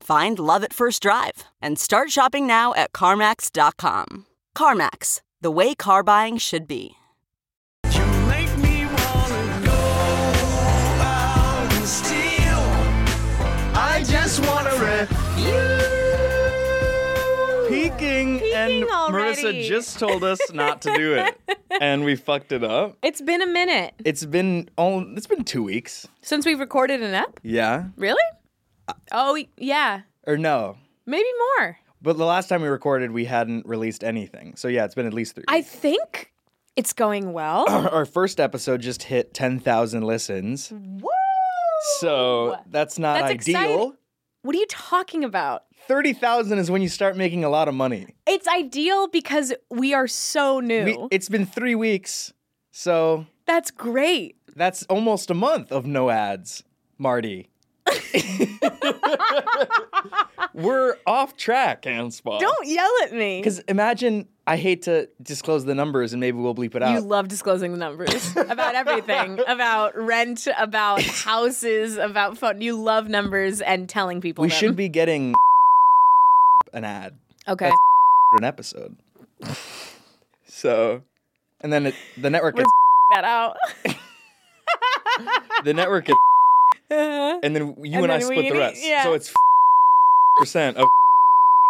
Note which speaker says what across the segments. Speaker 1: Find love at first drive and start shopping now at CarMax.com. CarMax, the way car buying should be.
Speaker 2: You make me wanna go out and steal. I just wanna re-
Speaker 3: peeking, and
Speaker 4: already.
Speaker 3: Marissa just told us not to do it, and we fucked it up.
Speaker 4: It's been a minute
Speaker 3: It's been all. It's been two weeks.
Speaker 4: since we've recorded an up.
Speaker 3: Yeah,
Speaker 4: Really? Oh, yeah.
Speaker 3: or no?
Speaker 4: Maybe more.
Speaker 3: But the last time we recorded, we hadn't released anything. So yeah, it's been at least three.
Speaker 4: I think it's going well.
Speaker 3: Our first episode just hit ten thousand listens. Woo! So that's not
Speaker 4: That's
Speaker 3: ideal.
Speaker 4: exciting. what are you talking about?
Speaker 3: Thirty thousand is when you start making a lot of money.
Speaker 4: It's ideal because we are so new.
Speaker 3: We, it's been three weeks, so
Speaker 4: That's great.
Speaker 3: that's almost a month of no ads, Marty. We're off track, Anspot.
Speaker 4: Don't yell at me.
Speaker 3: Because imagine, I hate to disclose the numbers and maybe we'll bleep it
Speaker 4: You
Speaker 3: out.
Speaker 4: love disclosing the numbers about everything, about rent, about houses, about phone. You love numbers and telling people.
Speaker 3: we
Speaker 4: them.
Speaker 3: should be getting an ad
Speaker 4: okay.
Speaker 3: for an episode. so, and then it, the network gets,
Speaker 4: that out.
Speaker 3: the network gets, and then you and,
Speaker 4: And
Speaker 3: I
Speaker 4: then we
Speaker 3: split the
Speaker 4: need-
Speaker 3: rest.
Speaker 4: yeah.
Speaker 3: So it's percent of.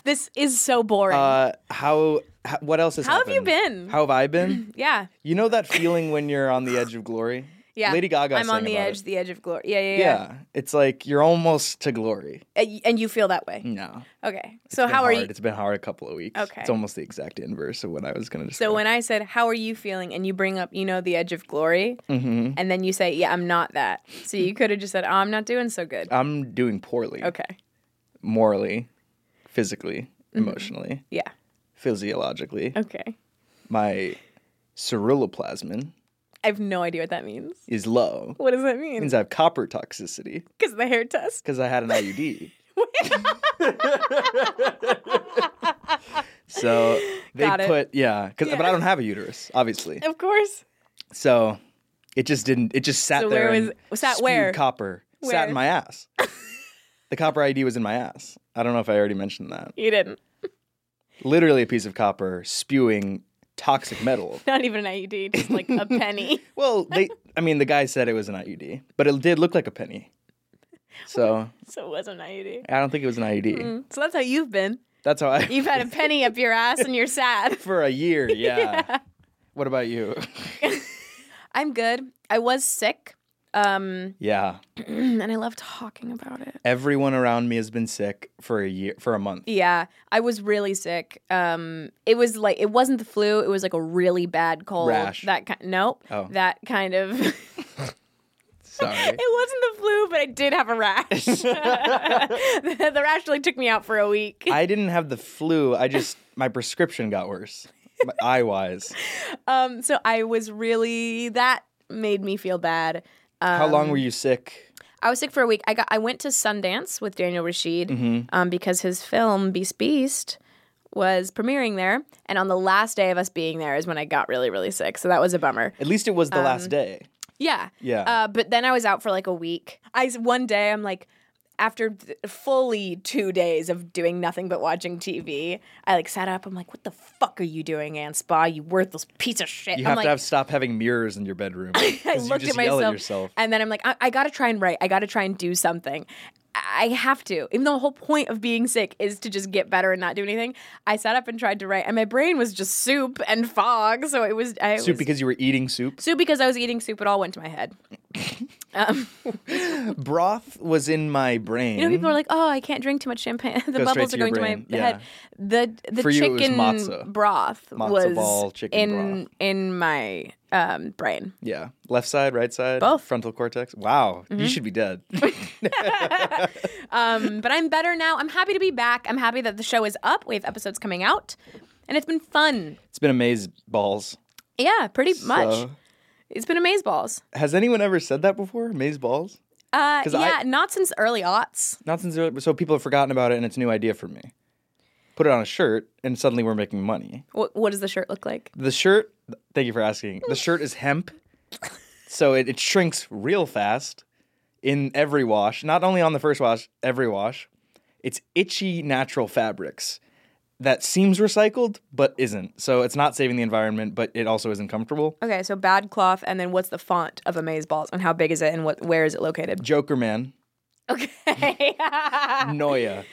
Speaker 4: this is so boring.
Speaker 3: Uh, how, how? What else has
Speaker 4: How have
Speaker 3: happened?
Speaker 4: you been?
Speaker 3: How have I been?
Speaker 4: yeah.
Speaker 3: You know that feeling when you're on the edge of glory?
Speaker 4: Yeah.
Speaker 3: Lady Gaga
Speaker 4: I'm
Speaker 3: sang
Speaker 4: on the
Speaker 3: about
Speaker 4: edge,
Speaker 3: it.
Speaker 4: the edge of glory. Yeah, yeah,
Speaker 3: Yeah.
Speaker 4: yeah.
Speaker 3: It's like you're almost to glory.
Speaker 4: And y- And you feel that way.
Speaker 3: No.
Speaker 4: Okay. So how are
Speaker 3: hard.
Speaker 4: you?
Speaker 3: Mm. It's been hard a couple of weeks.
Speaker 4: Okay.
Speaker 3: It's almost the exact inverse of what I was going to describe.
Speaker 4: So when I said, "How are you feeling?" and you bring up, you know, the edge of glory,
Speaker 3: Mhm.
Speaker 4: and then you say, "Yeah, I'm not that." So you could have just said, "Oh, I'm not doing so good."
Speaker 3: I'm doing poorly,
Speaker 4: Okay.
Speaker 3: morally, physically, emotionally,
Speaker 4: Yeah.
Speaker 3: physiologically.
Speaker 4: Mm-hmm. Okay.
Speaker 3: My ceruloplasmin
Speaker 4: I have no idea what that means.
Speaker 3: is low.
Speaker 4: What does that
Speaker 3: It
Speaker 4: mean?
Speaker 3: means I have copper toxicity
Speaker 4: Because the hair test.
Speaker 3: because I had an IUD. so they
Speaker 4: Got it.
Speaker 3: put yeah, 'cause- but I don't have a uterus, obviously.
Speaker 4: Of course.
Speaker 3: So it just didn't. It just sat
Speaker 4: So
Speaker 3: there.
Speaker 4: where
Speaker 3: and
Speaker 4: was- sat
Speaker 3: spewed
Speaker 4: where?
Speaker 3: Copper
Speaker 4: Where?
Speaker 3: sat in my ass. the copper ID was in my ass. I don't know if I already mentioned that.
Speaker 4: You didn't.
Speaker 3: Literally a piece of copper spewing toxic metal.
Speaker 4: Not even an IUD. Just like a penny.
Speaker 3: well, they. I mean, the guy said it was an IUD, but it did look like a penny. So
Speaker 4: so it wasn't an IUD.
Speaker 3: I don't think it was an IUD.
Speaker 4: Mm, So that's how you've been.
Speaker 3: That's how I.
Speaker 4: You've had a penny up your ass and you're sad.
Speaker 3: for a year, yeah. What about you?
Speaker 4: I'm good. I was sick. Um,
Speaker 3: yeah.
Speaker 4: and I love talking about it.
Speaker 3: Everyone around me has been sick for a year, for a month.
Speaker 4: Yeah, I was really sick. Um, it was like it wasn't the flu. It was like a really bad cold.
Speaker 3: Rash.
Speaker 4: That kind. Nope.
Speaker 3: Oh.
Speaker 4: That kind of. it
Speaker 3: Sorry.
Speaker 4: wasn't the flu, but I did have a rash. the, the rash really took me out for a week.
Speaker 3: I didn't have the flu. I just my prescription got worse. Eye wise,
Speaker 4: Um, so I was really that made me feel bad.
Speaker 3: how long
Speaker 4: Um,
Speaker 3: were you sick?
Speaker 4: I was sick for a week. I got I went to Sundance with Daniel Rashid
Speaker 3: Mm-hmm.
Speaker 4: um, because his film Beast Beast was premiering there, and on the last day of us being there is when I got really really sick. So that was a bummer.
Speaker 3: At least it was the
Speaker 4: um,
Speaker 3: last day.
Speaker 4: Yeah.
Speaker 3: Yeah.
Speaker 4: Uh, but then I was out for like a week. I s- one day I'm like, after th- fully two days of doing nothing but watching TV, I like sat up. I'm like, what the fuck are you doing, Aunt Spa? You worthless piece of shit.
Speaker 3: You
Speaker 4: I'm
Speaker 3: have
Speaker 4: like,
Speaker 3: to have stop having mirrors in your bedroom.
Speaker 4: I
Speaker 3: I
Speaker 4: looked
Speaker 3: you just
Speaker 4: at myself,
Speaker 3: Yell at yourself.
Speaker 4: and then I'm like, I, I gotta try and write. I gotta try and do something. I have to. Even though the whole point of being sick is to just get better and not do anything, I sat up and tried to write, and my brain was just soup and fog. So it was I
Speaker 3: Soup
Speaker 4: was,
Speaker 3: because you were eating soup.
Speaker 4: soup because I was eating soup. It all went to my head. Um,
Speaker 3: Broth was in my brain.
Speaker 4: You know, people are like, "Oh, I can't drink too much champagne. the
Speaker 3: Goes straight
Speaker 4: bubbles
Speaker 3: to
Speaker 4: are
Speaker 3: your
Speaker 4: going to my
Speaker 3: brain. Yeah.
Speaker 4: head." The the
Speaker 3: For you, it was
Speaker 4: chicken
Speaker 3: matzo.
Speaker 4: broth
Speaker 3: Matzo
Speaker 4: was
Speaker 3: ball chicken
Speaker 4: in in my um, brain.
Speaker 3: yeah, left side, right side,
Speaker 4: Both. Mm-hmm.
Speaker 3: frontal cortex. Wow, you should be dead.
Speaker 4: Um, but I'm better now. I'm happy to be back. I'm happy that the show is up. We have episodes coming out, and it's been fun.
Speaker 3: it's been amaze balls.
Speaker 4: Yeah, pretty much.
Speaker 3: So-
Speaker 4: It's been amazeballs. balls.
Speaker 3: Has anyone ever said that before? Maze balls?
Speaker 4: Uh,
Speaker 3: 'Cause
Speaker 4: yeah,
Speaker 3: I-
Speaker 4: not since early aughts.
Speaker 3: Not since early, so people have forgotten about it, and it's a new idea for me. Put it on a shirt, and suddenly we're making money.
Speaker 4: What, what does the shirt look like?
Speaker 3: The shirt. Thank you for asking. The shirt is hemp, so it, it shrinks real fast in every wash. Not only on the first wash, every wash. It's itchy natural fabrics that seems recycled but isn't. So it's not saving the environment, but it also isn't comfortable.
Speaker 4: Okay, so bad cloth, and then what's the font of amazeballs, and how big is it, and what where is it located?
Speaker 3: Joker man.
Speaker 4: Okay.
Speaker 3: Noya.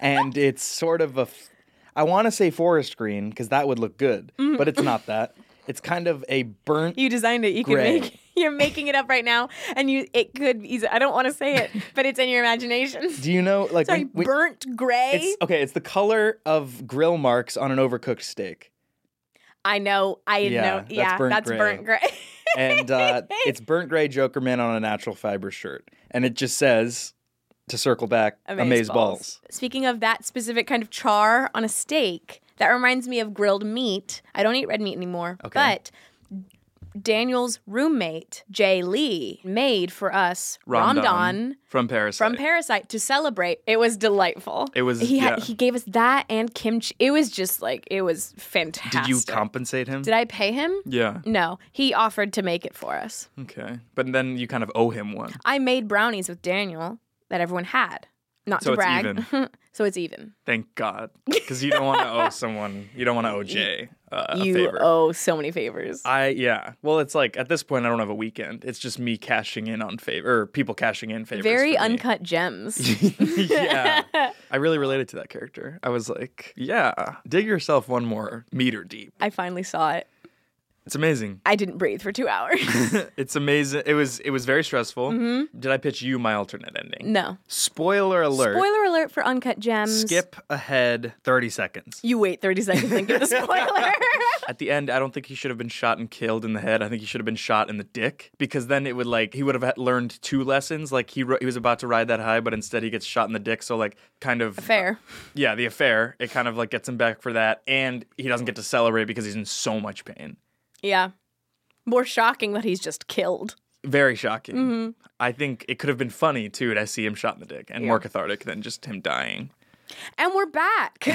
Speaker 3: and it's sort of a, f- I want to say forest green because that would look good, but it's not that. It's kind of a burnt.
Speaker 4: Mm. You designed it. You
Speaker 3: Gray.
Speaker 4: can make. You're making it up right now, and you it could. eas- I don't want to say it, but it's in your imagination.
Speaker 3: do you know like
Speaker 4: Sorry,
Speaker 3: when- when-
Speaker 4: burnt gray.
Speaker 3: it's, okay? It's the color of grill marks on an overcooked steak,
Speaker 4: I know. I
Speaker 3: Yeah,
Speaker 4: know.
Speaker 3: that's
Speaker 4: Yeah,
Speaker 3: burnt
Speaker 4: that's
Speaker 3: gray.
Speaker 4: burnt gray.
Speaker 3: and uh, it's burnt gray Joker man on a natural fiber shirt, and it just says to circle back, amaze balls.
Speaker 4: Speaking of that specific kind of char on a steak, that reminds me of grilled meat. I don't eat red meat anymore, but Daniel's roommate Jay Lee made for us Rondon,
Speaker 3: from Paris.
Speaker 4: from Parasite to celebrate. It was delightful.
Speaker 3: It was-
Speaker 4: He had,
Speaker 3: yeah.
Speaker 4: he gave us that and kimchi. It was just like it was fantastic.
Speaker 3: Did you compensate him?
Speaker 4: Did I pay him?
Speaker 3: yeah.
Speaker 4: No, he offered to make it for us.
Speaker 3: Okay. But then you kind of owe him one.
Speaker 4: I made brownies with Daniel that everyone had. Not
Speaker 3: So
Speaker 4: to
Speaker 3: it's
Speaker 4: brag.
Speaker 3: even.
Speaker 4: so it's even.
Speaker 3: Thank God, because you don't want to owe someone. You don't want to owe Jay uh, a
Speaker 4: you
Speaker 3: favor.
Speaker 4: owe so many favors.
Speaker 3: I yeah. Well, it's like at this point, I don't have a weekend. It's just me cashing in on favor, or people cashing in favors.
Speaker 4: Very
Speaker 3: for me.
Speaker 4: uncut gems.
Speaker 3: yeah, I really related to that character. I was like, yeah, dig yourself one more meter deep.
Speaker 4: I finally saw it.
Speaker 3: It's amazing.
Speaker 4: I didn't breathe for two hours.
Speaker 3: It's amazing. It was it was very stressful. Did I pitch you my alternate ending?
Speaker 4: Mm-hmm. no.
Speaker 3: Spoiler alert.
Speaker 4: Spoiler alert for uncut gems.
Speaker 3: Skip ahead thirty seconds.
Speaker 4: You wait 30 seconds and give the spoiler.
Speaker 3: At the end, I don't think he should have been shot and killed in the head. I think he should have been shot in the dick because then it would like he would have had- learned two lessons. Like he ro- he was about to ride that high, but instead he gets shot in the dick. So like kind of
Speaker 4: Fair.
Speaker 3: yeah, the affair. It kind of like gets him back for that, and he doesn't get to celebrate because he's in so much pain.
Speaker 4: Yeah. More shocking that he's just killed.
Speaker 3: Very shocking.
Speaker 4: Mm-hmm.
Speaker 3: I think it could have been funny too to see him shot in the dick and more cathartic than just him dying.
Speaker 4: And we're back.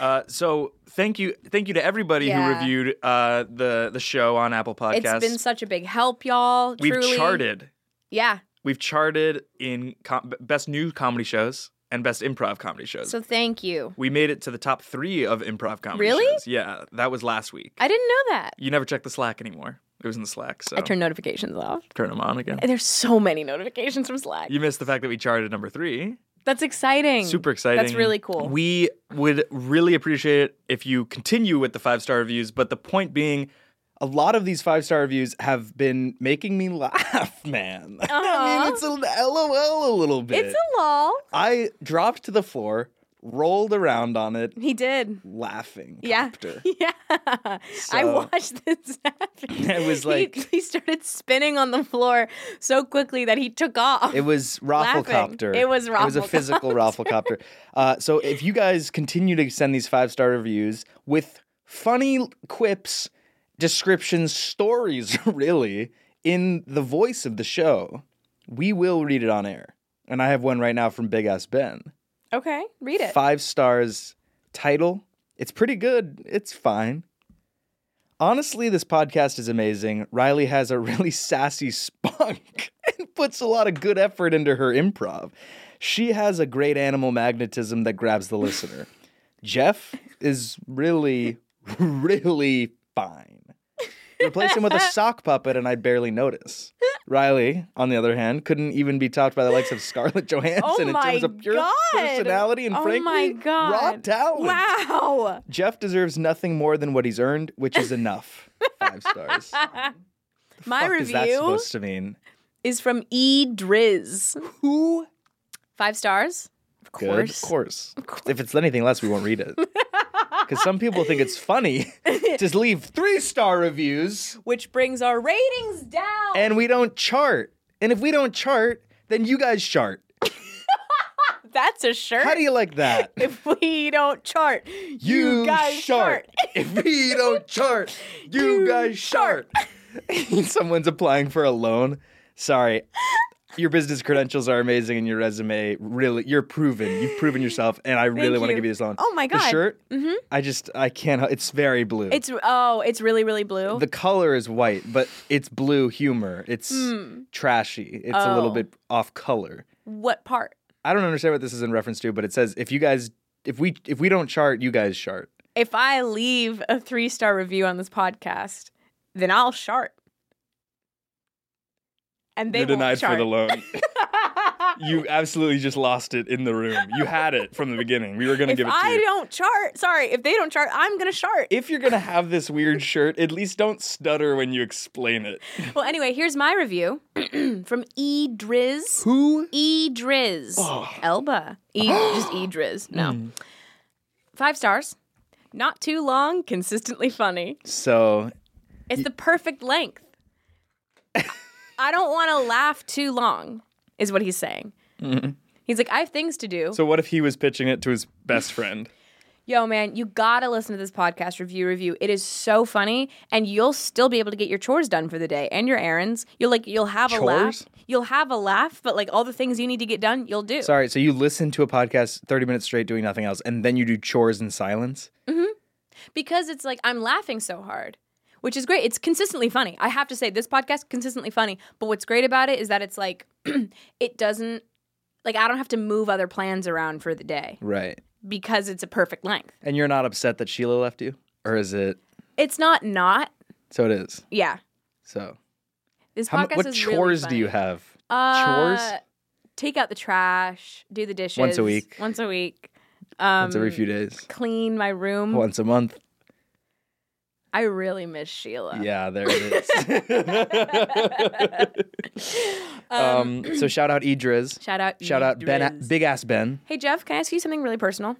Speaker 3: Uh, so thank you, thank you to everybody
Speaker 4: Yeah.
Speaker 3: who reviewed uh, the the show on Apple Podcasts.
Speaker 4: it's been such a big help, y'all.
Speaker 3: We've
Speaker 4: truly.
Speaker 3: charted
Speaker 4: Yeah.
Speaker 3: We've charted in com- best new comedy shows and best improv comedy shows.
Speaker 4: So thank you.
Speaker 3: we made it to the top three of improv comedy
Speaker 4: Really?
Speaker 3: shows. Yeah, that was last week.
Speaker 4: I didn't know that.
Speaker 3: you never check the Slack anymore. It was in the Slack, so
Speaker 4: I turned notifications off.
Speaker 3: turn them on again.
Speaker 4: There's so many notifications from Slack.
Speaker 3: You missed the fact that we charted number three.
Speaker 4: That's exciting.
Speaker 3: Super exciting.
Speaker 4: That's really cool.
Speaker 3: We would really appreciate it if you continue with the five star reviews, but the point being, a lot of these five star reviews have been making me laugh, man. I
Speaker 4: Aw.
Speaker 3: mean, it's an LOL a little bit.
Speaker 4: Uh-huh. it's a lol.
Speaker 3: I dropped to the floor, rolled around on it,
Speaker 4: He did.
Speaker 3: laughing.
Speaker 4: Yeah.
Speaker 3: copter.
Speaker 4: Yeah. I
Speaker 3: So-
Speaker 4: watched this happen.
Speaker 3: It was
Speaker 4: He-
Speaker 3: like-
Speaker 4: he, started spinning on the floor so quickly that he took off.
Speaker 3: It was rafflecopter.
Speaker 4: It was
Speaker 3: It was a physical rafflecopter. Uh, so if you guys continue to send these five star reviews with funny quips, descriptions, stories, really in the voice of the show, we will read it on air. And I have one right now from Big Ass Ben.
Speaker 4: okay, read it.
Speaker 3: Five stars title. It's pretty good. It's fine. Honestly, this podcast is amazing. Riley has a really sassy spunk and puts a lot of good effort into her improv. She has a great animal magnetism that grabs the listener. Jeff is really, really fine. Replace him with a sock puppet, and I'd barely notice. Riley, on the other hand, couldn't even be topped by the likes of Scarlett Johansson
Speaker 4: Oh
Speaker 3: in
Speaker 4: my
Speaker 3: terms of pure
Speaker 4: God.
Speaker 3: personality and
Speaker 4: oh
Speaker 3: frankly,
Speaker 4: my God.
Speaker 3: raw talent.
Speaker 4: Wow.
Speaker 3: Jeff deserves nothing more than what he's earned, which is enough. Five stars.
Speaker 4: My
Speaker 3: Fuck is that
Speaker 4: review
Speaker 3: supposed to mean?
Speaker 4: is from E. Driz.
Speaker 3: Who?
Speaker 4: Five stars. Of
Speaker 3: Good. Of
Speaker 4: course.
Speaker 3: course. If it's anything less, we won't read it. Because some people think it's funny to leave three star reviews
Speaker 4: Which brings our ratings down.
Speaker 3: and we don't chart. And if we don't chart, then you guys chart.
Speaker 4: That's a shirt.
Speaker 3: How do you like that?
Speaker 4: if we don't chart, you, guys chart.
Speaker 3: If we don't chart, you,
Speaker 4: You
Speaker 3: guys chart. Someone's applying for a loan. Sorry. Your business credentials are amazing and your resume really you're proven. You've proven yourself and I really
Speaker 4: Thank
Speaker 3: want to
Speaker 4: you.
Speaker 3: give you this loan.
Speaker 4: Oh my
Speaker 3: The
Speaker 4: God.
Speaker 3: shirt? Mm-hmm. I just I can't it's very blue.
Speaker 4: It's oh, it's really really blue.
Speaker 3: the color is white, but it's blue humor. It's trashy. It's a little
Speaker 4: Hmm. Oh.
Speaker 3: bit off color.
Speaker 4: what part?
Speaker 3: I don't understand what this is in reference to, but it says if you guys if we if we don't chart, you guys chart.
Speaker 4: If I leave a three star review on this podcast, then I'll chart. And they
Speaker 3: You're denied
Speaker 4: won't chart.
Speaker 3: for the loan. you absolutely just lost it in the room. You had it from the beginning. We were going to
Speaker 4: If
Speaker 3: give it to
Speaker 4: I
Speaker 3: you.
Speaker 4: don't chart, sorry, if they don't chart, I'm gonna chart.
Speaker 3: if you're going to have this weird shirt, at least don't stutter when you explain it.
Speaker 4: well, anyway, here's my review from E Driz.
Speaker 3: Who? Oh.
Speaker 4: E Driz. Elba. E just E Driz.
Speaker 3: Hmm.
Speaker 4: No. Five stars. Not too long, consistently funny.
Speaker 3: So,
Speaker 4: It's the perfect length. I don't want to laugh too long, is what he's saying. He's like, I have things to do.
Speaker 3: Mm-hmm. so what if he was pitching it to his best friend?
Speaker 4: Yo, man, you gotta listen to this podcast review review. It is so funny, and you'll still be able to get your chores done for the day and your errands. You'll like, you'll have a laugh.
Speaker 3: Chores?
Speaker 4: You'll have a laugh, but like all the things you need to get done, you'll do.
Speaker 3: Sorry, so you listen to a podcast 30 minutes straight doing nothing else and then you do chores in silence?
Speaker 4: because it's like I'm laughing so hard, which is great. It's consistently funny. I have to say this podcast consistently funny. But what's great about it is that it's like it doesn't like I don't have to move other plans around for the day
Speaker 3: Right.
Speaker 4: because it's a perfect length.
Speaker 3: And you're not upset that Sheila left you? Or is it
Speaker 4: It's not not
Speaker 3: So it is.
Speaker 4: yeah.
Speaker 3: So,
Speaker 4: This
Speaker 3: how, mu-
Speaker 4: podcast
Speaker 3: what
Speaker 4: is really
Speaker 3: chores do you
Speaker 4: funny.
Speaker 3: have?
Speaker 4: Uh,
Speaker 3: chores?
Speaker 4: Take out the trash, do the dishes
Speaker 3: Once a week.
Speaker 4: Once a week. Um, mm.
Speaker 3: Once every few days.
Speaker 4: Clean my room.
Speaker 3: Once a month.
Speaker 4: I really miss Sheila.
Speaker 3: Yeah, there it is. um, so shout out Idris.
Speaker 4: Shout out.
Speaker 3: Shout out Ben,
Speaker 4: Idris.
Speaker 3: Big Ass Ben.
Speaker 4: Hey Jeff, can I ask you something really personal?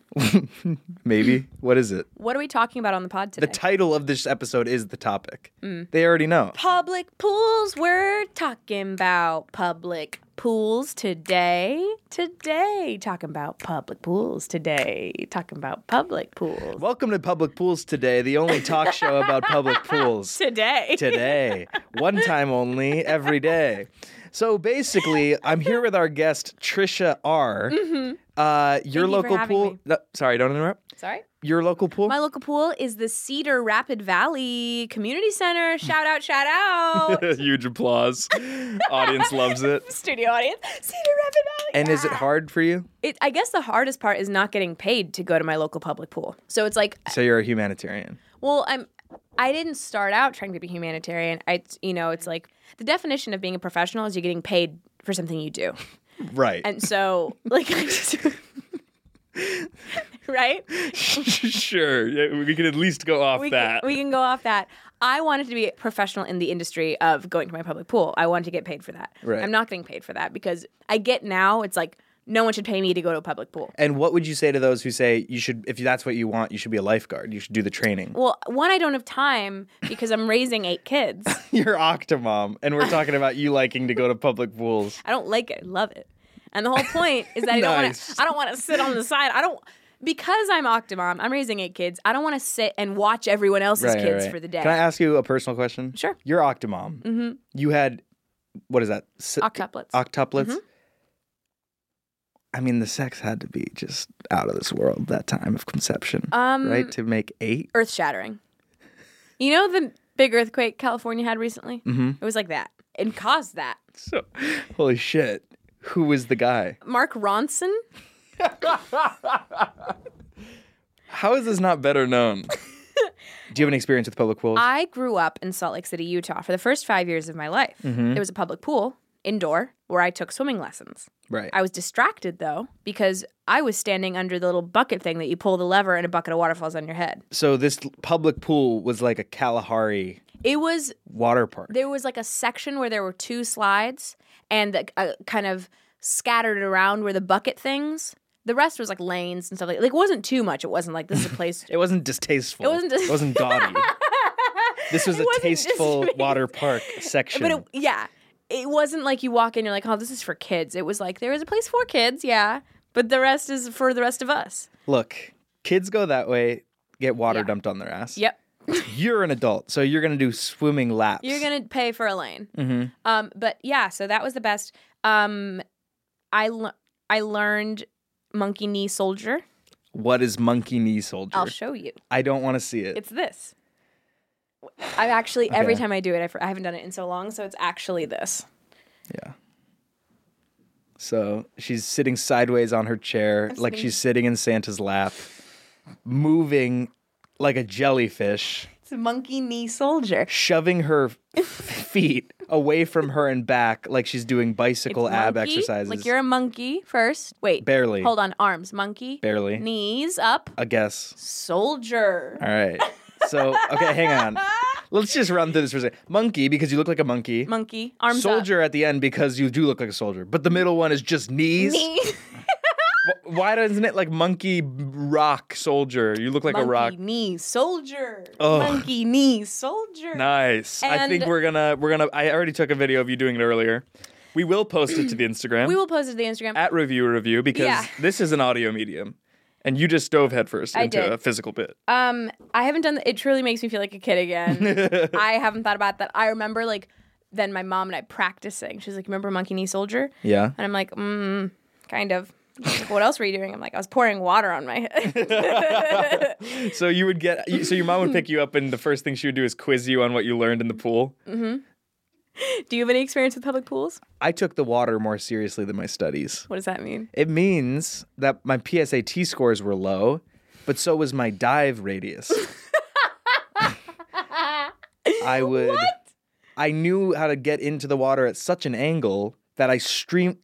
Speaker 3: Maybe what is it?
Speaker 4: What are we talking about on the pod
Speaker 3: The
Speaker 4: today?
Speaker 3: title of this episode is the topic.
Speaker 4: Mm.
Speaker 3: They already know.
Speaker 4: public pools. We're talking about public pools today. Today, talking about public pools today. Talking about public pools
Speaker 3: Welcome to Public Pools today, the only talk show about public pools.
Speaker 4: today.
Speaker 3: today. One time only, every day. So basically, I'm here with our guest Trisha R. Uh, your
Speaker 4: Mm-hmm. you for
Speaker 3: local
Speaker 4: having
Speaker 3: pool.
Speaker 4: me.
Speaker 3: No, sorry, don't interrupt.
Speaker 4: Sorry.
Speaker 3: Your local pool.
Speaker 4: My local pool is the Cedar Rapid Valley Community Center. Shout out! Shout out!
Speaker 3: Huge applause. Audience loves it.
Speaker 4: Studio audience, Cedar Rapid Valley.
Speaker 3: And is it hard for you?
Speaker 4: It, I guess the hardest part is not getting paid to go to my local public pool. So it's like
Speaker 3: So you're a humanitarian.
Speaker 4: Well, I'm I didn't start out trying to be humanitarian. I you know, it's like the definition of being a professional is you're getting paid for something you do.
Speaker 3: Right.
Speaker 4: And so like I just right?
Speaker 3: sure. Yeah, we can at least go off
Speaker 4: We can, we can go off that. I wanted to be a professional in the industry of going to my public pool. I wanted to get paid for that.
Speaker 3: Right.
Speaker 4: I'm not getting paid for that because I get now it's like no one should pay me to go to a public pool.
Speaker 3: and what would you say to those who say you should if that's what you want, you should be a lifeguard. You should do the training.
Speaker 4: Well, one, I don't have time because I'm raising eight kids.
Speaker 3: You're Octomom and we're talking about you liking to go to public pools.
Speaker 4: I don't like it. I love it. And the whole point is that I don't want
Speaker 3: Nice.
Speaker 4: to. I don't want to sit on the side. I don't because I'm Octomom. I'm raising eight kids. I don't want to sit and watch everyone else's kids for the day.
Speaker 3: Can I ask you a personal question?
Speaker 4: Sure.
Speaker 3: You're Octomom. Mm-hmm. You had what is that? Si-
Speaker 4: Octuplets. Mm-hmm.
Speaker 3: Octuplets. I mean, the sex had to be just out of this world that time of conception,
Speaker 4: Um,
Speaker 3: right? To make eight.
Speaker 4: Earth shattering. You know the big earthquake California had recently. Mm-hmm. It was like that and caused that.
Speaker 3: So, holy shit. Who was the guy?
Speaker 4: Mark Ronson.
Speaker 3: How is this not better known? Do you have an experience with public pools?
Speaker 4: I grew up in Salt Lake City, Utah for the first five years of my life.
Speaker 3: Mm-hmm.
Speaker 4: There was a public pool indoor where I took swimming lessons.
Speaker 3: right.
Speaker 4: I was distracted though because I was standing under the little bucket thing that you pull the lever and a bucket of water falls on your head.
Speaker 3: so this l- public pool was like a Kalahari
Speaker 4: It was
Speaker 3: water park.
Speaker 4: there was like a section where there were two slides and like, uh, kind of scattered around were the bucket things. The rest was like lanes and stuff like like it wasn't too much. It wasn't like this is a place.
Speaker 3: it wasn't distasteful.
Speaker 4: It wasn't dis-
Speaker 3: it wasn't gaudy. this was
Speaker 4: It
Speaker 3: a
Speaker 4: wasn't
Speaker 3: tasteful
Speaker 4: distaste-
Speaker 3: water park section.
Speaker 4: but it, yeah, it wasn't like you walk in you're like oh this is for kids. It was like there is a place for kids, yeah, but the rest is for the rest of us.
Speaker 3: Look, kids go that way, get water dumped on their ass.
Speaker 4: Yep.
Speaker 3: You're an adult, so you're gonna do swimming laps.
Speaker 4: You're gonna pay for a lane.
Speaker 3: Mhm.
Speaker 4: Um, but yeah, so that was the best. Um, I le- I learned monkey knee soldier.
Speaker 3: What is monkey knee soldier?
Speaker 4: I'll show you.
Speaker 3: I don't want to see it.
Speaker 4: Oh, It's this. I've actually every
Speaker 3: Okay.
Speaker 4: time I do it, I, for- I haven't done it in so long, so it's actually this.
Speaker 3: Yeah. So she's sitting sideways on her chair, like
Speaker 4: sitting-
Speaker 3: she's sitting in Santa's lap, moving like a jellyfish,
Speaker 4: It's a monkey knee soldier.
Speaker 3: shoving her f- feet away from her and back, like she's doing bicycle ab
Speaker 4: Monkey,
Speaker 3: exercises.
Speaker 4: Like you're a monkey first. Wait,
Speaker 3: Barely.
Speaker 4: Hold on, arms, monkey.
Speaker 3: Barely.
Speaker 4: Knees up,
Speaker 3: a guess.
Speaker 4: soldier.
Speaker 3: All right. So okay, hang on. Let's just run through this for a second. Monkey because you look like a monkey.
Speaker 4: Monkey, arms
Speaker 3: soldier at the end because you do look like a soldier. But the middle one is just
Speaker 4: up.
Speaker 3: knees.
Speaker 4: Knee.
Speaker 3: Wh- Why doesn't it like monkey rock soldier? You look like
Speaker 4: monkey
Speaker 3: a rock. Oh.
Speaker 4: knee soldier.
Speaker 3: Ugh.
Speaker 4: Monkey knee soldier.
Speaker 3: Nice. I think
Speaker 4: And-
Speaker 3: we're gonna we're gonna. I already took a video of you doing it earlier. We will post it to the Instagram
Speaker 4: We will post it to the Instagram.
Speaker 3: at review review because
Speaker 4: Yeah.
Speaker 3: this is an audio medium, and you just dove headfirst
Speaker 4: I
Speaker 3: into
Speaker 4: did.
Speaker 3: a physical bit.
Speaker 4: Um, I haven't done. The, it truly makes me feel like a kid again. I haven't thought about that. I remember like then my mom and I practicing. She's like, "Remember Monkey Knee Soldier?"
Speaker 3: Yeah.
Speaker 4: And I'm like, mm, kind of. She's like, what else were you doing? I'm like, I was pouring water on my head.
Speaker 3: So you would get. you- So your mom would pick you up, and the first thing she would do is quiz you on what you learned in the pool.
Speaker 4: Mm. Do you have any experience with public pools?
Speaker 3: I took the water more seriously than my studies.
Speaker 4: What does that mean?
Speaker 3: It means that my PSAT scores were low, but so was my dive radius. I would. I knew how to get into the water at such an angle that I stream.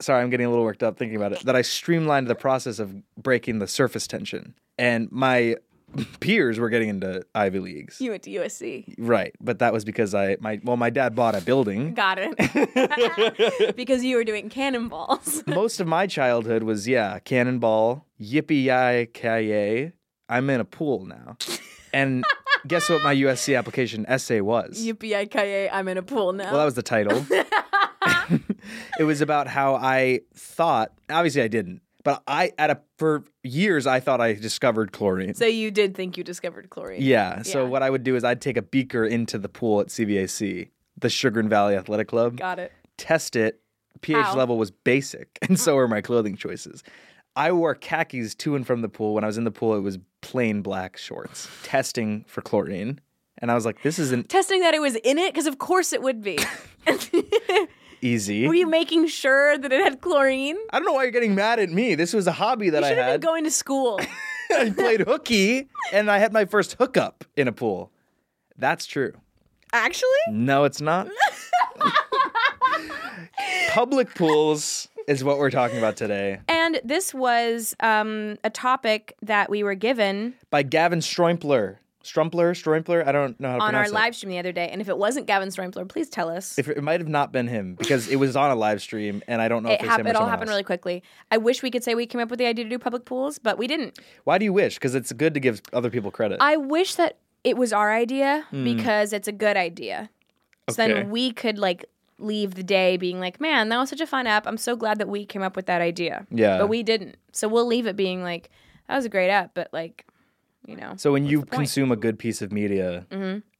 Speaker 3: Sorry, I'm getting a little worked up thinking about it. That I streamlined the process of breaking the surface tension, and my peers were getting into Ivy leagues.
Speaker 4: You went to USC.
Speaker 3: right, but that was because I my well, my dad bought a building.
Speaker 4: Got it. because you were doing cannonballs.
Speaker 3: most of my childhood was yeah, cannonball, yippee yi kaye. I'm in a pool now, and guess what? My USC application essay was.
Speaker 4: Yippee-ki-yay, I'm in a pool now.
Speaker 3: Well, that was the title. it was about how I thought. Obviously, I didn't, but I at a for years I thought I discovered chlorine.
Speaker 4: so you did think you discovered chlorine.
Speaker 3: yeah. So
Speaker 4: Yeah.
Speaker 3: what I would do is I'd take a beaker into the pool at CVAC, the Sugar and Valley Athletic Club
Speaker 4: Got it.
Speaker 3: test it, pH
Speaker 4: How? Mm.
Speaker 3: level was basic, and so were my clothing choices. I wore khakis to and from the pool. When I was in the pool, it was plain black shorts, testing for chlorine. And I was like, this isn't
Speaker 4: Testing that it was in it, because of course it would be.
Speaker 3: easy.
Speaker 4: were you making sure that it had chlorine?
Speaker 3: I don't know why you're getting mad at me. This was a hobby that
Speaker 4: You
Speaker 3: I
Speaker 4: should have
Speaker 3: had.
Speaker 4: been going to school.
Speaker 3: I played hooky, and I had my first hookup in a pool. That's true.
Speaker 4: Actually?
Speaker 3: No, it's not. Public pools is what we're talking about today.
Speaker 4: And this was um, a topic that we were given
Speaker 3: by Gavin Stroimpler. Strumpler, Stroimpler. I don't know how to
Speaker 4: on our
Speaker 3: pronounce it.
Speaker 4: live stream the other day. And if it wasn't Gavin Stroimpler, please tell us.
Speaker 3: If it might have not been him because it was on a live stream, and I don't know
Speaker 4: it
Speaker 3: if it's
Speaker 4: hap-
Speaker 3: him or
Speaker 4: it all
Speaker 3: someone
Speaker 4: happened
Speaker 3: else.
Speaker 4: really quickly. I wish we could say we came up with the idea to do public pools, but we didn't.
Speaker 3: Why do you wish? Because it's good to give other people credit.
Speaker 4: I wish that it was our idea because it's a good idea. So
Speaker 3: Hmm. Okay.
Speaker 4: then we could like leave the day being like, man, that was such a fun app. I'm so glad that we came up with that idea.
Speaker 3: Yeah.
Speaker 4: But we didn't. So we'll leave it being like, that was a great app, but like, you know.
Speaker 3: so when you
Speaker 4: point? Mm-hmm.
Speaker 3: consume a good piece of media,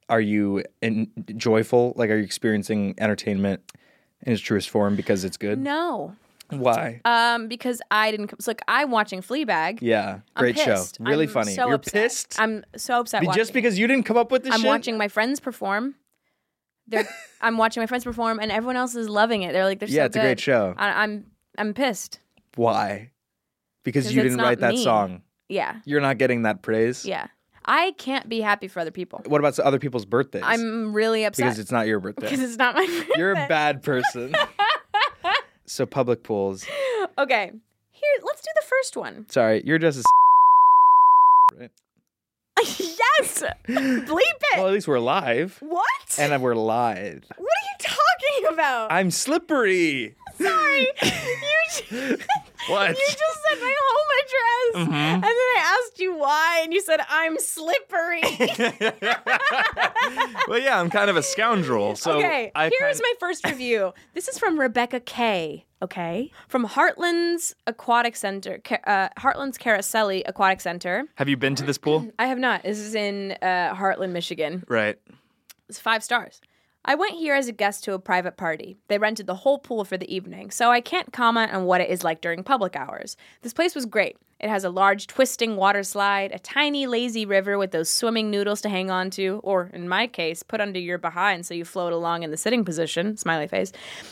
Speaker 3: are you in- joyful? Like, are you experiencing entertainment in its truest form because it's good?
Speaker 4: no.
Speaker 3: Why?
Speaker 4: Um, because I didn't. So like, I'm watching Fleabag.
Speaker 3: yeah,
Speaker 4: I'm
Speaker 3: great show.
Speaker 4: pissed.
Speaker 3: Really
Speaker 4: I'm
Speaker 3: funny.
Speaker 4: so
Speaker 3: You're
Speaker 4: upset.
Speaker 3: pissed
Speaker 4: I'm so upset.
Speaker 3: Be-
Speaker 4: watching
Speaker 3: just
Speaker 4: it.
Speaker 3: because you didn't come up with this.
Speaker 4: I'm
Speaker 3: shit?
Speaker 4: watching my friends perform. They're, I'm watching my friends perform, and everyone else is loving it. They're like, they're so
Speaker 3: Yeah, it's a great
Speaker 4: good.
Speaker 3: show.
Speaker 4: I, I'm I'm pissed.
Speaker 3: Why? Because
Speaker 4: 'Cause
Speaker 3: you
Speaker 4: it's
Speaker 3: didn't
Speaker 4: not
Speaker 3: write that
Speaker 4: me.
Speaker 3: song.
Speaker 4: Yeah,
Speaker 3: You're not getting that praise.
Speaker 4: yeah. I can't be happy for other people.
Speaker 3: What about other people's birthdays?
Speaker 4: I'm really upset
Speaker 3: because it's not your
Speaker 4: because
Speaker 3: birthday.
Speaker 4: it's not my birthday.
Speaker 3: You're a bad person. so public pools.
Speaker 4: okay. Here, let's do the first one.
Speaker 3: Sorry, you're just as right.
Speaker 4: yes. Bleep it.
Speaker 3: Well, at least we're live,
Speaker 4: what?
Speaker 3: and we're live.
Speaker 4: what are you talking about?
Speaker 3: I'm slippery.
Speaker 4: Sorry. you just,
Speaker 3: What? Mm-hmm.
Speaker 4: You just said my home address. And then I asked you why, and you said, I'm slippery.
Speaker 3: well, yeah, I'm kind of a scoundrel. So
Speaker 4: okay,
Speaker 3: I
Speaker 4: here is
Speaker 3: kind-
Speaker 4: my first review. This is from Rebecca K. Okay, from Heartlands Aquatic Center, Ca- uh, Heartlands Carouseli Aquatic Center.
Speaker 3: Have you been to this pool?
Speaker 4: I have not. This is in uh, Heartland, Michigan.
Speaker 3: Right.
Speaker 4: It's five stars. I went here as a guest to a private party. They rented the whole pool for the evening, so I can't comment on what it is like during public hours. This place was great. It has a large twisting water slide, a tiny lazy river with those swimming noodles to hang on to, or in my case, put under your behind so you float along in the sitting position, smiley face,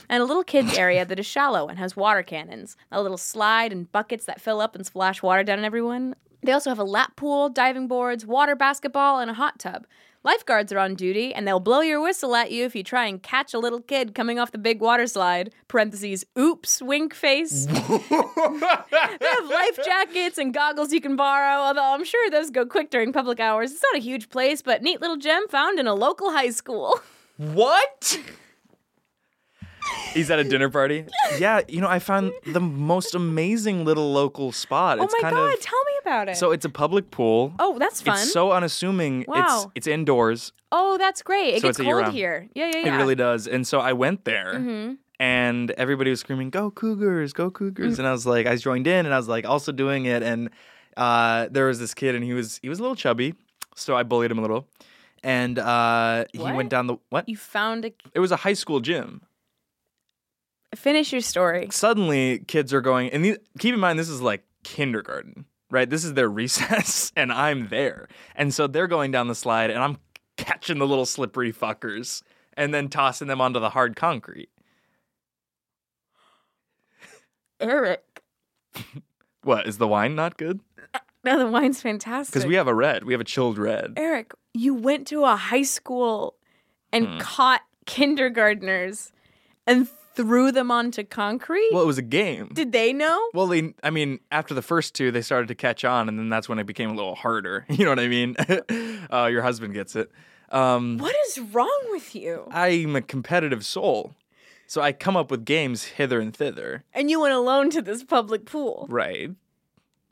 Speaker 4: and a little kids area that is shallow and has water cannons, a little slide and buckets that fill up and splash water down on everyone. They also have a lap pool, diving boards, water basketball, and a hot tub. Lifeguards are on duty, and they'll blow your whistle at you if you try and catch a little kid coming off the big water slide. Parentheses, oops, wink face. they have life jackets and goggles you can borrow, although I'm sure those go quick during public hours. It's not a huge place, but neat little gem found in a local high school.
Speaker 3: What? He's at a dinner party. Yeah, you know, I found the most amazing little local spot.
Speaker 4: Oh
Speaker 3: it's
Speaker 4: my
Speaker 3: kind
Speaker 4: god,
Speaker 3: of
Speaker 4: tell me about it.
Speaker 3: so it's a public pool.
Speaker 4: oh, that's fun.
Speaker 3: It's so unassuming. It's
Speaker 4: Wow.
Speaker 3: it's indoors.
Speaker 4: oh, that's great. It
Speaker 3: So
Speaker 4: gets
Speaker 3: it's a year
Speaker 4: cold
Speaker 3: round.
Speaker 4: here. Yeah, yeah, Mm-hmm. yeah.
Speaker 3: It really does. And so I went there. And everybody was screaming, "Go Cougars! Go Cougars!"
Speaker 4: Mm-hmm.
Speaker 3: And I was like, I joined in, and I was like, also doing it. And uh, there was this kid, and he was he was a little chubby, so I bullied him a little. And uh, he
Speaker 4: What?
Speaker 3: went down the what?
Speaker 4: You found a.
Speaker 3: It was a high school gym.
Speaker 4: Finish your story.
Speaker 3: suddenly kids are going and the, keep in mind this is like kindergarten right this is their recess and i'm there and so they're going down the slide and i'm catching the little slippery fuckers and then tossing them onto the hard concrete
Speaker 4: Eric.
Speaker 3: what is the wine not good
Speaker 4: No, the wine's fantastic.
Speaker 3: because we have a red we have a chilled red
Speaker 4: Eric, you went to a high school and
Speaker 3: Mm.
Speaker 4: caught kindergartners and threw them onto concrete?
Speaker 3: well it was a game
Speaker 4: Did they know?
Speaker 3: well they i mean after the first two they started to catch on and then that's when it became a little harder you know what i mean uh, your husband gets it um,
Speaker 4: What is wrong with you?
Speaker 3: i'm a competitive soul so i come up with games hither and thither
Speaker 4: And you went alone to this public pool.
Speaker 3: Right.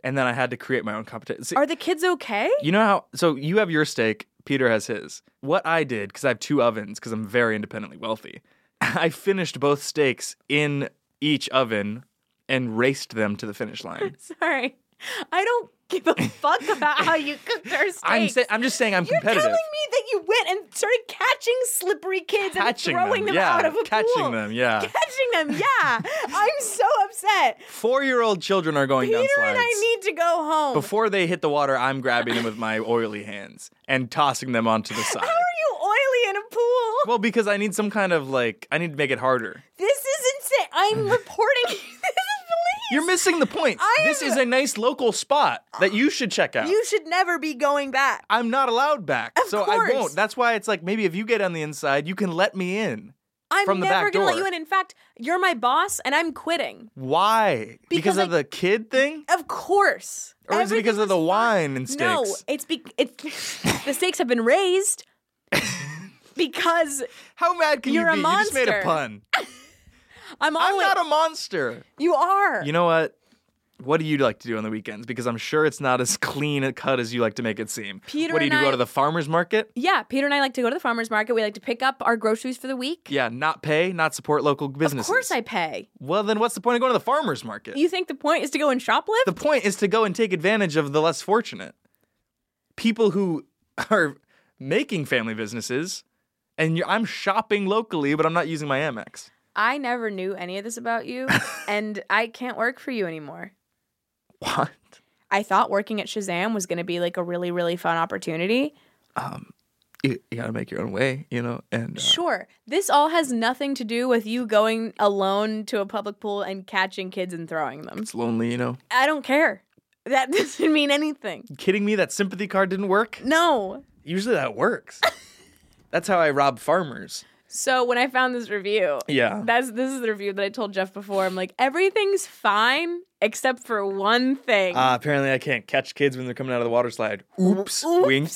Speaker 3: And then I had to create my own competition. See,
Speaker 4: Are the kids okay?
Speaker 3: you know how? So you have your steak, Peter has his. What I did, because I have two ovens, because I'm very independently wealthy, I finished both steaks in each oven and raced them to the finish line.
Speaker 4: Sorry. I don't give a fuck about how you cooked our steaks.
Speaker 3: I'm, sa- I'm just saying I'm
Speaker 4: You're telling
Speaker 3: competitive.
Speaker 4: me that you went and started catching slippery kids
Speaker 3: Catching
Speaker 4: and throwing
Speaker 3: them,
Speaker 4: them,
Speaker 3: yeah.
Speaker 4: out of a
Speaker 3: Catching
Speaker 4: pool.
Speaker 3: them, yeah.
Speaker 4: Catching them, yeah. I'm so upset.
Speaker 3: Four year old children are going down
Speaker 4: Peter
Speaker 3: slides.
Speaker 4: and I need to go home.
Speaker 3: Before they hit the water, I'm grabbing them with my oily hands and tossing them onto the side.
Speaker 4: How are you oily in a pool?
Speaker 3: Well, because I need some kind of like, I need to make it harder.
Speaker 4: This is insane. I'm reporting this is police.
Speaker 3: You're missing the point.
Speaker 4: I
Speaker 3: this
Speaker 4: am-
Speaker 3: is a nice local spot that you should check out.
Speaker 4: You should never be going back.
Speaker 3: I'm not allowed back,
Speaker 4: Of
Speaker 3: so
Speaker 4: course.
Speaker 3: I won't. That's why it's like maybe if you get on the inside, you can let me in.
Speaker 4: I'm
Speaker 3: From the
Speaker 4: never
Speaker 3: back
Speaker 4: gonna let
Speaker 3: door.
Speaker 4: you in. In fact, you're my boss and I'm quitting.
Speaker 3: Why?
Speaker 4: Because
Speaker 3: of
Speaker 4: I-
Speaker 3: the kid thing?
Speaker 4: Of course.
Speaker 3: Or is it because
Speaker 4: Everything
Speaker 3: of the
Speaker 4: was
Speaker 3: wine and
Speaker 4: fine. No,
Speaker 3: steaks?
Speaker 4: it's be- it's the stakes have been raised because
Speaker 3: How mad can
Speaker 4: You're a
Speaker 3: you be? You just made a
Speaker 4: monster.
Speaker 3: pun. I'm
Speaker 4: I'm always
Speaker 3: not a monster.
Speaker 4: you are.
Speaker 3: You know what? What do you like to do on the weekends? Because I'm sure it's not as clean a cut as you like to make it seem.
Speaker 4: Peter
Speaker 3: what do you
Speaker 4: and
Speaker 3: do? Go
Speaker 4: I-
Speaker 3: to the farmer's market?
Speaker 4: yeah, Peter and I like to go to the farmers market. We like to pick up our groceries for the week.
Speaker 3: Yeah, not pay, not support local
Speaker 4: Of
Speaker 3: businesses.
Speaker 4: course I pay.
Speaker 3: Well, then what's the point of going to the farmer's market?
Speaker 4: You think the point is to go and shoplift?
Speaker 3: The point is to go and take advantage of the less fortunate. People who are making family businesses, and you're, I'm shopping locally, but I'm not using my Amex.
Speaker 4: I never knew any of this about you, and I can't work for you anymore.
Speaker 3: What?
Speaker 4: I thought working at Shazam was going to be like a really, really fun opportunity.
Speaker 3: You, you gotta make your own way, you know? And uh,
Speaker 4: Sure, this all has nothing to do with you going alone to a public pool and catching kids and throwing them.
Speaker 3: it's lonely, you know?
Speaker 4: I don't care.
Speaker 5: That doesn't mean anything.
Speaker 3: Kidding me? That sympathy card didn't work?
Speaker 5: No.
Speaker 3: Usually that works. That's how I rob farmers.
Speaker 5: So when I found this review,
Speaker 3: Yeah.
Speaker 5: that's this is the review that I told Jeff before. I'm like, everything's fine except for one thing.
Speaker 3: Ah, apparently I can't catch kids when they're coming out of the water slide. Oops, wink.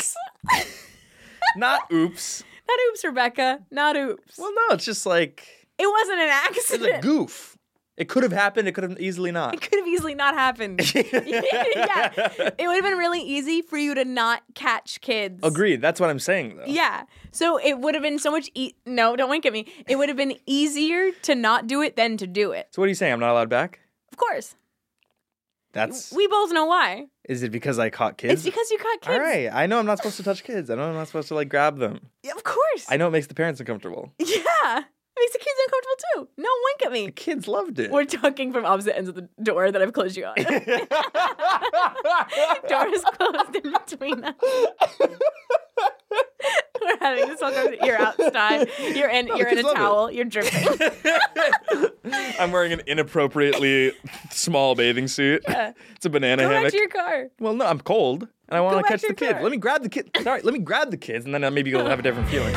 Speaker 3: Not oops.
Speaker 5: not oops, Rebecca. Not oops.
Speaker 3: Well, no, it's just like
Speaker 5: it wasn't an
Speaker 3: it's a
Speaker 5: accident.
Speaker 3: goof. It could have happened. It could have easily not.
Speaker 5: it could have easily not happened. yeah, it would have been really easy for you to not catch kids.
Speaker 3: Agreed. That's what I'm saying, though.
Speaker 5: Yeah. So it would have been so much. E- no, don't wink at me. It would have been easier to not do it than to do it.
Speaker 3: So what are you saying? I'm not allowed back.
Speaker 5: Of course,
Speaker 3: That's.
Speaker 5: we both know why.
Speaker 3: is it because I caught kids?
Speaker 5: It's because you caught kids.
Speaker 3: All right. I know I'm not supposed to touch kids. I know I'm not supposed to like grab them.
Speaker 5: Yeah, Of course.
Speaker 3: I know it makes the parents uncomfortable.
Speaker 5: Yeah. It makes the kids uncomfortable too. No, wink at
Speaker 3: The
Speaker 5: me.
Speaker 3: kids loved it.
Speaker 5: We're talking from opposite ends of the door that I've closed you on. door is closed in between us. We're having this whole conversation. You're outside. You're in. you're in
Speaker 3: kids
Speaker 5: a
Speaker 3: love it.
Speaker 5: towel. You're dripping.
Speaker 3: I'm wearing an inappropriately small bathing suit. It's a banana
Speaker 5: Go back
Speaker 3: hammock.
Speaker 5: to your car.
Speaker 3: Well, no, I'm cold and I want
Speaker 5: back
Speaker 3: to catch
Speaker 5: to
Speaker 3: the
Speaker 5: your
Speaker 3: kids.
Speaker 5: car.
Speaker 3: Let me grab the kids. Sorry, let me grab the kids, and then uh, maybe you'll have a different feeling.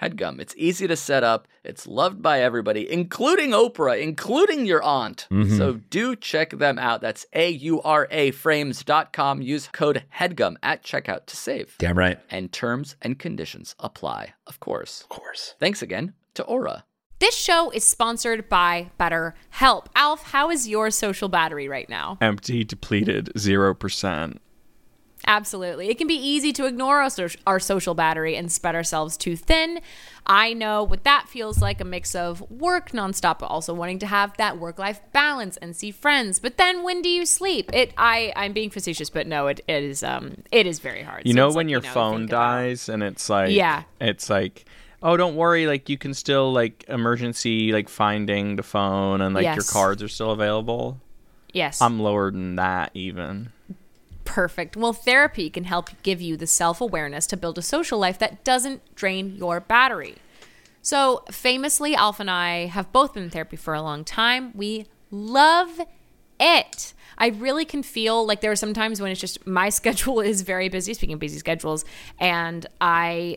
Speaker 6: HEADGUM. It's easy to set up, it's loved by everybody, including Oprah, including your aunt. So do check them out. That's A U R A frames.com. Use code HEADGUM at checkout to save.
Speaker 7: Damn right.
Speaker 6: And terms and conditions apply, of course. Of course. Thanks again to Aura.
Speaker 4: This show is sponsored by BetterHelp. Alf, how is your social battery right now?
Speaker 8: Empty, depleted, 0%.
Speaker 4: Absolutely. It can be easy to ignore our, soc- our social battery and spread ourselves too thin. I know what that feels like a mix of work nonstop, but also wanting to have that work life balance and see friends. But then when do you sleep? It I, I'm being facetious, but no, it, it is um it is very hard.
Speaker 8: You
Speaker 4: So
Speaker 8: know
Speaker 4: it's
Speaker 8: when
Speaker 4: like,
Speaker 8: your
Speaker 4: you know,
Speaker 8: phone
Speaker 4: think about-
Speaker 8: dies and it's like
Speaker 4: Yeah.
Speaker 8: it's like oh don't worry like you can still like emergency like finding the phone and like your
Speaker 4: Yes.
Speaker 8: cards are still available.
Speaker 4: Yes.
Speaker 8: I'm lower than that even.
Speaker 4: Perfect. Well, therapy can help give you the self awareness to build a social life that doesn't drain your battery. So, famously, Alf and I have both been in therapy for a long time. We love it. I really can feel like there are some times when it's just my schedule is very busy, speaking of busy schedules, and I.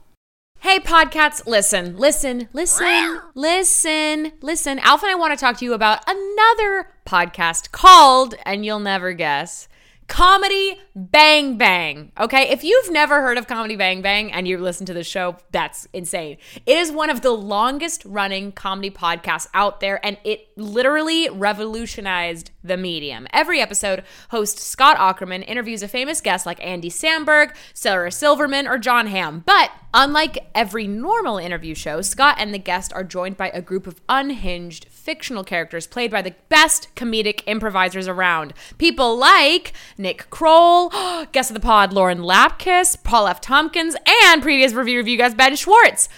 Speaker 4: Hey, podcasts, listen, listen, listen, listen, listen. Alf and I want to talk to you about another podcast called, and you'll never guess, Comedy Bang Bang. Okay, if you've never heard of Comedy Bang Bang and you listen to the show, that's insane. It is one of the longest running comedy podcasts out there, and it literally revolutionized the medium. Every episode, host Scott Ackerman interviews a famous guest like Andy Samberg, Sarah Silverman, or John Hamm. But unlike every normal interview show, Scott and the guest are joined by a group of unhinged fictional characters played by the best comedic improvisers around. People like Nick Kroll, guest of the pod Lauren Lapkus, Paul F. Tompkins, and previous review review guest Ben Schwartz.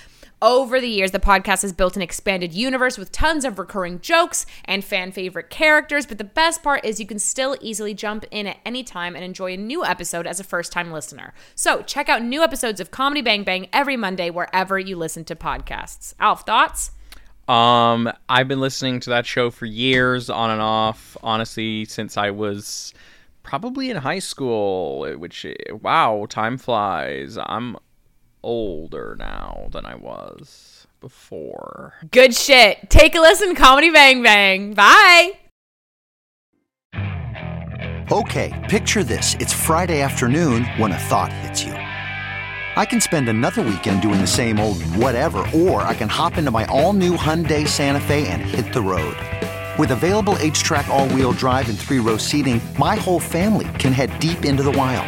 Speaker 4: Over the years, the podcast has built an expanded universe with tons of recurring jokes and fan favorite characters. But the best part is you can still easily jump in at any time and enjoy a new episode as a first time listener. So check out new episodes of Comedy Bang Bang every Monday wherever you listen to podcasts. Alf, thoughts?
Speaker 9: Um, I've been listening to that show for years, on and off. Honestly, since I was probably in high school, which wow, time flies. I'm older now than I was before.
Speaker 4: Good shit. Take a listen, Comedy Bang Bang. Bye.
Speaker 10: Okay, picture this. It's Friday afternoon when a thought hits you. I can spend another weekend doing the same old whatever, or I can hop into my all new Hyundai Santa Fe and hit the road. With available H track, all wheel drive, and three row seating, my whole family can head deep into the wild.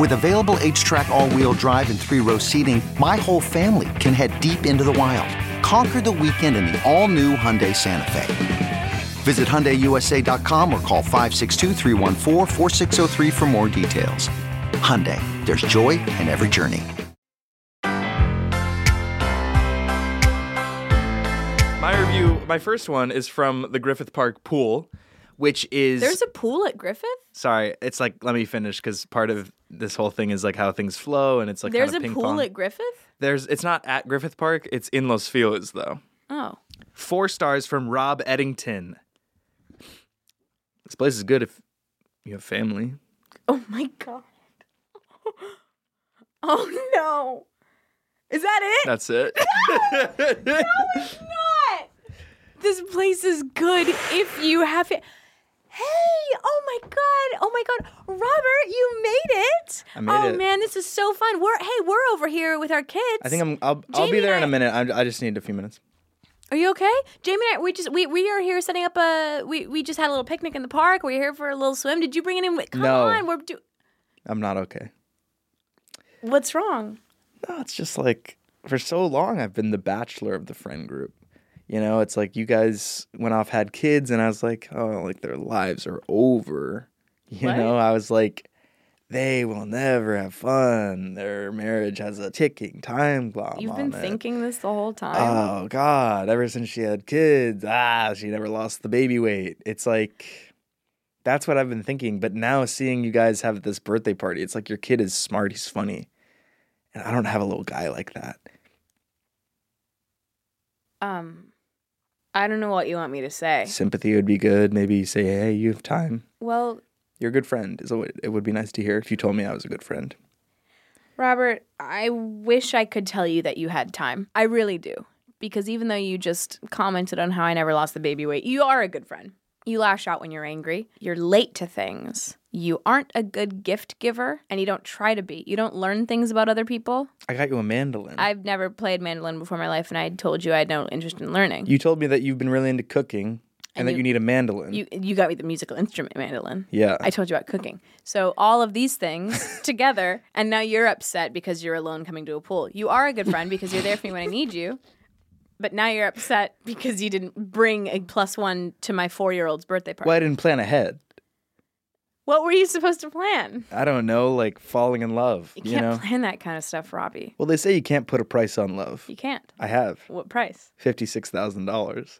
Speaker 10: With available H-track all-wheel drive and three-row seating, my whole family can head deep into the wild. Conquer the weekend in the all-new Hyundai Santa Fe. Visit HyundaiUSA.com or call 562-314-4603 for more details. Hyundai, there's joy in every journey.
Speaker 3: My review, my first one is from the Griffith Park pool, which is
Speaker 6: There's a pool at Griffith?
Speaker 3: sorry. It's like let me finish because part of this whole thing is like how things flow and it's like
Speaker 6: There's
Speaker 3: kind
Speaker 6: a
Speaker 3: of ping
Speaker 6: pool
Speaker 3: pong.
Speaker 6: at Griffith?
Speaker 3: There's it's not at Griffith Park. It's in Los Feliz though.
Speaker 6: Oh.
Speaker 3: Four stars from Rob Eddington. This place is good if you have family.
Speaker 6: Oh my god. Oh no. Is that it?
Speaker 3: That's it.
Speaker 6: no, it's not. This place is good if you have it. Hey! Oh my god! Oh my god! Robert, you made it!
Speaker 3: I made
Speaker 6: oh
Speaker 3: it.
Speaker 6: man, this is so fun. We're hey, we're over here with our kids.
Speaker 3: I think I'm. I'll, I'll
Speaker 6: Jamie
Speaker 3: be there in
Speaker 6: and
Speaker 3: a minute. I, I just need a few minutes.
Speaker 6: Are you okay? Jamie and I we just we, we are here setting up a we, we just had a little picnic in the park. We're here for a little swim. Did you bring it in? Come
Speaker 3: No.
Speaker 6: on, we're do-
Speaker 3: I'm not okay.
Speaker 6: What's wrong?
Speaker 3: No, it's just like for so long I've been the bachelor of the friend group. You know, it's like you guys went off, had kids, and I was like, oh, like their lives are over. You
Speaker 11: What?
Speaker 3: know, I was like, they will never have fun. Their marriage has a ticking time bomb.
Speaker 6: You've been
Speaker 3: on it.
Speaker 6: thinking this the whole time.
Speaker 3: Oh God! Ever since she had kids, ah, she never lost the baby weight. It's like that's what I've been thinking. But now seeing you guys have this birthday party, it's like your kid is smart, he's funny, and I don't have a little guy like that.
Speaker 6: Um, I don't know what you want me to say.
Speaker 3: Sympathy would be good. Maybe you say, "Hey, you have time.
Speaker 6: Well,
Speaker 3: You're a good friend." Is what it would be nice to hear if you told me I was a good friend.
Speaker 6: Robert, I wish I could tell you that you had time. I really do. Because even though you just commented on how I never lost the baby weight, you are a good friend. You lash out when you're angry. You're late to things. You aren't a good gift giver, and you don't try to be. You don't learn things about other people.
Speaker 3: I got you a mandolin.
Speaker 6: I've never played mandolin before in my life, and I told you I had no interest in learning.
Speaker 3: You told me that you've been really into cooking and,
Speaker 6: And
Speaker 3: that
Speaker 6: you-
Speaker 3: you need a mandolin.
Speaker 6: You you got me the musical instrument mandolin.
Speaker 3: Yeah.
Speaker 6: I told you about cooking. So all of these things together, and now you're upset because you're alone coming to a pool. You are a good friend because you're there for me when I need you.
Speaker 4: but now you're upset because you didn't bring a plus one to my four year old's birthday party.
Speaker 3: Well, I didn't plan ahead.
Speaker 4: What were you supposed to plan?
Speaker 3: I don't know, like falling in love.
Speaker 4: You
Speaker 3: You,
Speaker 4: can't
Speaker 3: know.
Speaker 4: plan that kind of stuff, Robbie.
Speaker 3: Well, they say you can't put a price on love.
Speaker 4: You can't.
Speaker 3: I have
Speaker 4: What price?
Speaker 3: fifty-six thousand dollars.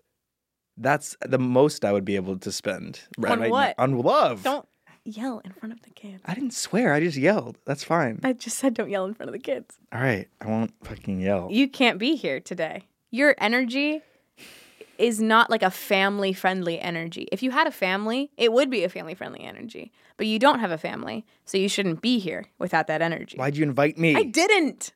Speaker 3: That's the most I would be able to spend.
Speaker 4: On
Speaker 3: now-
Speaker 4: what?
Speaker 3: On love.
Speaker 4: Don't yell in front of the kids.
Speaker 3: I didn't swear. I just yelled. That's fine.
Speaker 4: I just said don't yell in front of the kids.
Speaker 3: All right. I won't fucking yell.
Speaker 4: You can't be here today. Your energy is not like a family friendly energy. If you had a family, it would be a family friendly energy. But you don't have a family, so you shouldn't be here without that energy.
Speaker 3: Why'd you invite me?
Speaker 4: I didn't.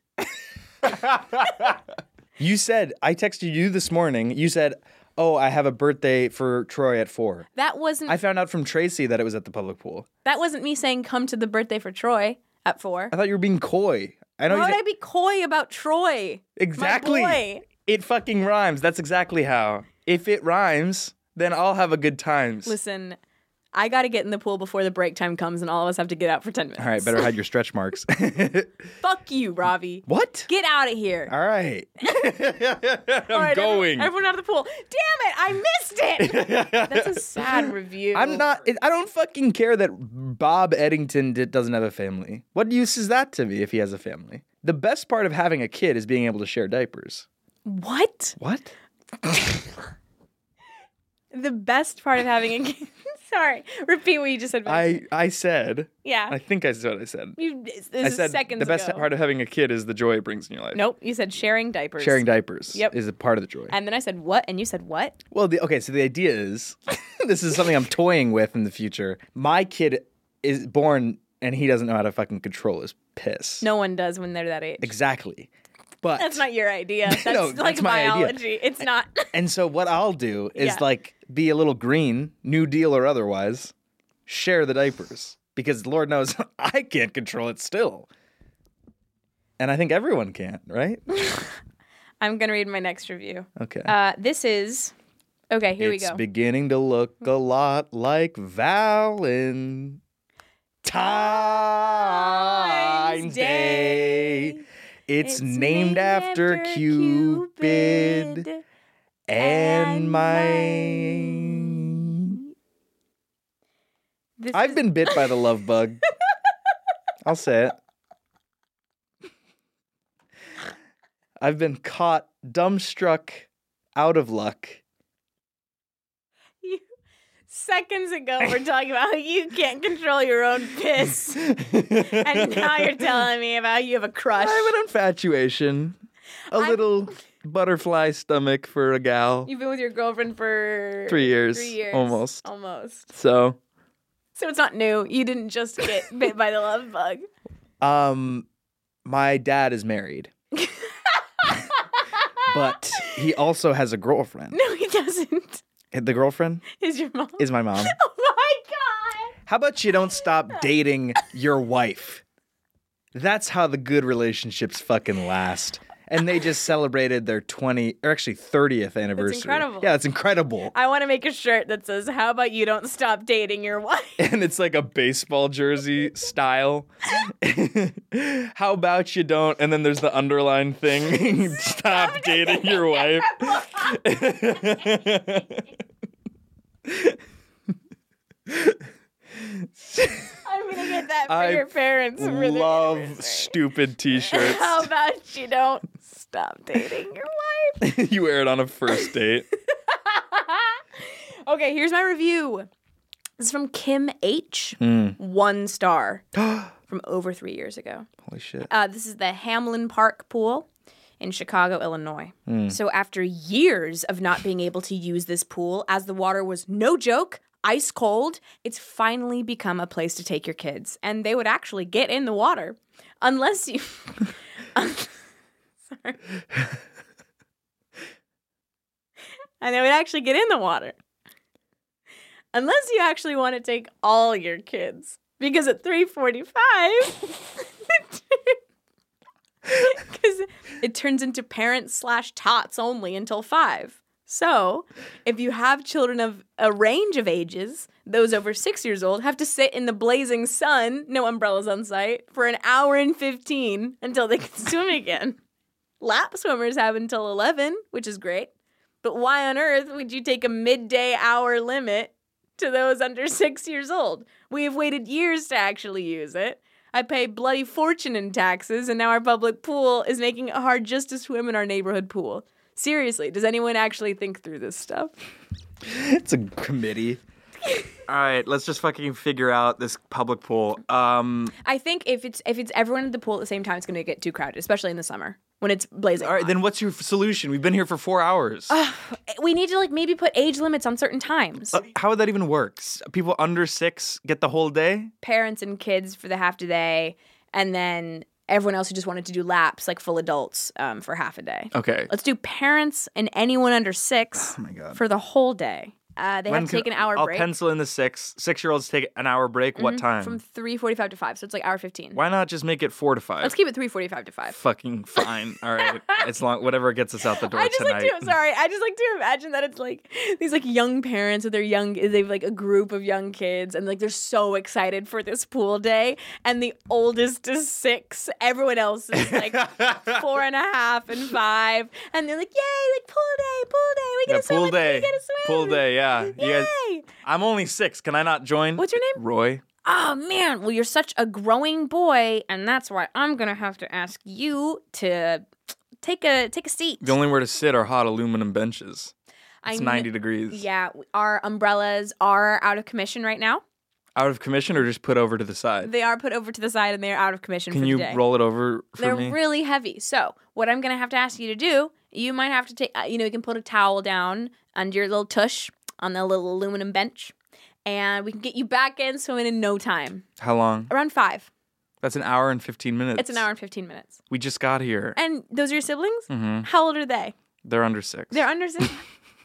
Speaker 3: You said I texted you this morning. You said, "Oh, I have a birthday for Troy at 4.
Speaker 4: That wasn't
Speaker 3: I found out from Tracy that it was at the public pool.
Speaker 4: that wasn't me saying come to the birthday for Troy at 4.
Speaker 3: I thought you were being coy. I know
Speaker 4: Why
Speaker 3: you
Speaker 4: would
Speaker 3: said-
Speaker 4: I be coy about Troy?
Speaker 3: exactly.
Speaker 4: boy.
Speaker 3: It fucking rhymes. That's exactly how. If it rhymes, then I'll have a good time.
Speaker 4: Listen, I got to get in the pool before the break time comes and all of us have to get out for 10 minutes.
Speaker 3: All right, better hide your stretch marks.
Speaker 4: Fuck you, Robbie.
Speaker 3: What?
Speaker 4: Get out of here.
Speaker 3: All right. I'm
Speaker 4: All right, everyone-
Speaker 3: going.
Speaker 4: Everyone, out of the pool. Damn it, I missed it. That's a sad review.
Speaker 3: I'm not. it- I don't fucking care that Bob Eddington did, doesn't have a family. What use is that to me if he has a family? The best part of having a kid is being able to share diapers.
Speaker 4: What?
Speaker 3: What?
Speaker 4: The best part of having a kid. Sorry. Repeat what you just said. babe.
Speaker 3: I I said.
Speaker 4: Yeah.
Speaker 3: I think I said what I said.
Speaker 4: you, this
Speaker 3: I
Speaker 4: is
Speaker 3: said
Speaker 4: seconds
Speaker 3: the best
Speaker 4: ago.
Speaker 3: part of having a kid is the joy it brings in your life.
Speaker 4: Nope, you said sharing diapers.
Speaker 3: Sharing diapers
Speaker 4: Yep.
Speaker 3: is a part of the joy.
Speaker 4: And then I said what? And you said what?
Speaker 3: Well, the, okay, so the idea is this is something I'm toying with in the future. My kid is born and he doesn't know how to fucking control his piss.
Speaker 4: No one does when they're that age.
Speaker 3: Exactly. But
Speaker 4: That's not your idea. That's
Speaker 3: No,
Speaker 4: like
Speaker 3: that's my idea.
Speaker 4: biology. It's not.
Speaker 3: And so what I'll do is
Speaker 4: Yeah.
Speaker 3: like be a little green, New Deal or otherwise, share the diapers because Lord knows I can't control it still. And I think everyone can, right?
Speaker 4: I'm gonna read my next review.
Speaker 3: Okay.
Speaker 4: Uh, this is okay. Here
Speaker 3: it's
Speaker 4: we go.
Speaker 3: beginning to look a lot like Valentine's Day. It's, named after Cupid, and my.
Speaker 4: This
Speaker 3: I've
Speaker 4: is-
Speaker 3: been bit by the love bug. I'll say it. I've been caught dumbstruck, out of luck.
Speaker 4: Seconds ago, we're talking about how you can't control your own piss, and now you're telling me about you have a crush.
Speaker 3: I have an infatuation, a little butterfly stomach for a gal.
Speaker 4: You've been with your girlfriend for
Speaker 3: Three years,
Speaker 4: Three years,
Speaker 3: almost.
Speaker 4: almost.
Speaker 3: So,
Speaker 4: So it's not new. You didn't just get bit by the love bug.
Speaker 3: um, my dad is married, but he also has a girlfriend.
Speaker 4: No, he doesn't.
Speaker 3: The girlfriend
Speaker 4: Is your mom?
Speaker 3: is my mom.
Speaker 4: Oh my god!
Speaker 3: How about you don't stop dating your wife? That's how the good relationships fucking last. And they just celebrated their 20 or actually 30th anniversary.
Speaker 4: incredible.
Speaker 3: Yeah, it's incredible.
Speaker 4: I want to make a shirt that says, "How about you don't stop dating your wife?"
Speaker 3: and it's like a baseball jersey style. How about you don't? And then there's the underline thing. Stop, dating your wife.
Speaker 4: I'm gonna get that for
Speaker 3: I
Speaker 4: your parents. for their
Speaker 3: Love
Speaker 4: anniversary.
Speaker 3: stupid t-shirts.
Speaker 4: How about you don't stop dating your wife?
Speaker 3: you wear it on a first date.
Speaker 4: Okay, here's my review. This is from Kim H.
Speaker 3: Mm.
Speaker 4: One star from over three years ago.
Speaker 3: Holy shit.
Speaker 4: Uh, this is the Hamlin Park pool in Chicago, Illinois.
Speaker 3: Mm.
Speaker 4: So, after years of not being able to use this pool, as the water was no joke, ice cold, it's finally become a place to take your kids, and they would actually get in the water, unless you. Sorry. and they would actually get in the water, unless you actually want to take all your kids, because at three forty-five. Because it turns into parents slash tots only until five. So if you have children of a range of ages, those over six years old have to sit in the blazing sun, no umbrellas on site, for an hour and 15 until they can swim again. lap swimmers have until 11, which is great. But why on earth would you take a midday hour limit to those under six years old? We have waited years to actually use it. I pay bloody fortune in taxes, and now our public pool is making it hard just to swim in our neighborhood pool. Seriously, does anyone actually think through this stuff?
Speaker 6: it's a committee.
Speaker 3: All right, let's just fucking figure out this public pool. Um,
Speaker 4: I think if it's if it's everyone in the pool at the same time, it's going to get too crowded, especially in the summer when it's blazing.
Speaker 3: all right, then what's your f- solution? We've been here for four hours.
Speaker 4: We need to like maybe put age limits on certain times.
Speaker 3: Uh, how would that even work? S- People under six get the whole day?
Speaker 4: Parents and kids for the half a day, and then everyone else who just wanted to do laps, like full adults, um, for half a day.
Speaker 3: Okay.
Speaker 4: Let's do parents and anyone under six for the whole day. Uh, they
Speaker 3: When
Speaker 4: have to
Speaker 3: can-
Speaker 4: take an hour
Speaker 3: I'll
Speaker 4: break.
Speaker 3: pencil in the six. Six year olds take an hour break. What
Speaker 4: Mhm,
Speaker 3: time?
Speaker 4: From three forty-five to five, so it's like hour fifteen.
Speaker 3: Why not just make it four to 5
Speaker 4: Let's keep it three forty-five to five.
Speaker 3: Fucking fine. All right. It's long. Whatever gets us out the door
Speaker 4: I just
Speaker 3: tonight.
Speaker 4: like to. Sorry, I just like to imagine that it's like these like young parents with their young. They have like a group of young kids, and like they're so excited for this pool day. And the oldest is six. Everyone else is like four and a half and five. And they're like, "Yay! Like pool day, pool day. We get
Speaker 3: Yeah,
Speaker 4: to swim.
Speaker 3: pool
Speaker 4: with-
Speaker 3: day.
Speaker 4: We get to swim.
Speaker 3: Pool day. Yeah. You guys,
Speaker 4: Yay!
Speaker 3: I'm only six. Can I not join?
Speaker 4: What's your name?
Speaker 3: Roy.
Speaker 4: Oh man, well you're such a growing boy, and that's why I'm gonna have to ask you to take a take a seat.
Speaker 3: The only where to sit are hot aluminum benches.
Speaker 4: I
Speaker 3: It's
Speaker 4: kn-
Speaker 3: 90 degrees.
Speaker 4: Yeah, w- our umbrellas are out of commission right now.
Speaker 3: Out of commission or just put over to the side?
Speaker 4: They are put over to the side and they are out of commission.
Speaker 3: Can
Speaker 4: for
Speaker 3: you
Speaker 4: the day.
Speaker 3: roll it over for
Speaker 4: They're
Speaker 3: me?
Speaker 4: really heavy. So what I'm gonna have to ask you to do, you might have to take, uh, you know, you can put a towel down under your little tush on the little aluminum bench, and we can get you back in swimming in no time,
Speaker 3: How long?
Speaker 4: around five.
Speaker 3: That's an hour and 15 minutes.
Speaker 4: it's an hour and fifteen minutes.
Speaker 3: We just got here.
Speaker 4: And those are your siblings.
Speaker 3: Mhm.
Speaker 4: How old are they?
Speaker 3: They're under six.
Speaker 4: They're under six.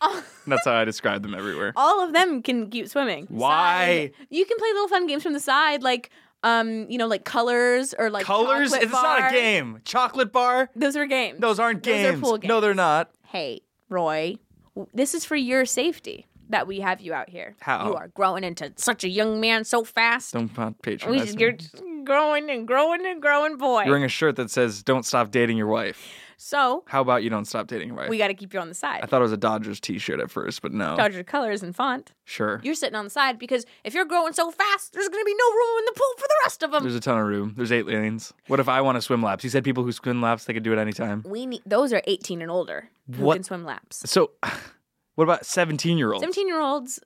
Speaker 4: Oh.
Speaker 3: That's how I describe them everywhere.
Speaker 4: all of them can keep swimming.
Speaker 3: Why?
Speaker 4: You can play little fun games from the side, like um, you know, like colors or like
Speaker 3: Colors?
Speaker 4: chocolate
Speaker 3: It's not
Speaker 4: bars.
Speaker 3: a game. Chocolate bar?
Speaker 4: Those are games.
Speaker 3: Those aren't
Speaker 4: Those
Speaker 3: games.
Speaker 4: are pool
Speaker 3: No, they're not.
Speaker 4: Hey, Roy, w- this is for your safety that we have you out here.
Speaker 3: How?
Speaker 4: you are growing into such a young man so fast.
Speaker 3: Don't pa-
Speaker 4: We
Speaker 3: patronize
Speaker 4: just-
Speaker 3: me.
Speaker 4: you're just growing and growing and growing, boy.
Speaker 3: You're wearing a shirt that says, Don't stop dating your wife.
Speaker 4: so
Speaker 3: How about you don't stop dating your wife?
Speaker 4: we got to keep you on the side.
Speaker 3: I thought it was a Dodgers t shirt at first, but no.
Speaker 4: Dodger colors and font.
Speaker 3: Sure.
Speaker 4: You're sitting on the side because if you're growing so fast, there's gonna be no room in the pool for the rest of them.
Speaker 3: There's a ton of room. There's eight lanes. What if I want to swim laps? You said people who swim laps, they could do it anytime.
Speaker 4: We need those are 18 and older who
Speaker 3: What-
Speaker 4: can swim laps.
Speaker 3: So, what about 17 year olds?
Speaker 4: 17 year olds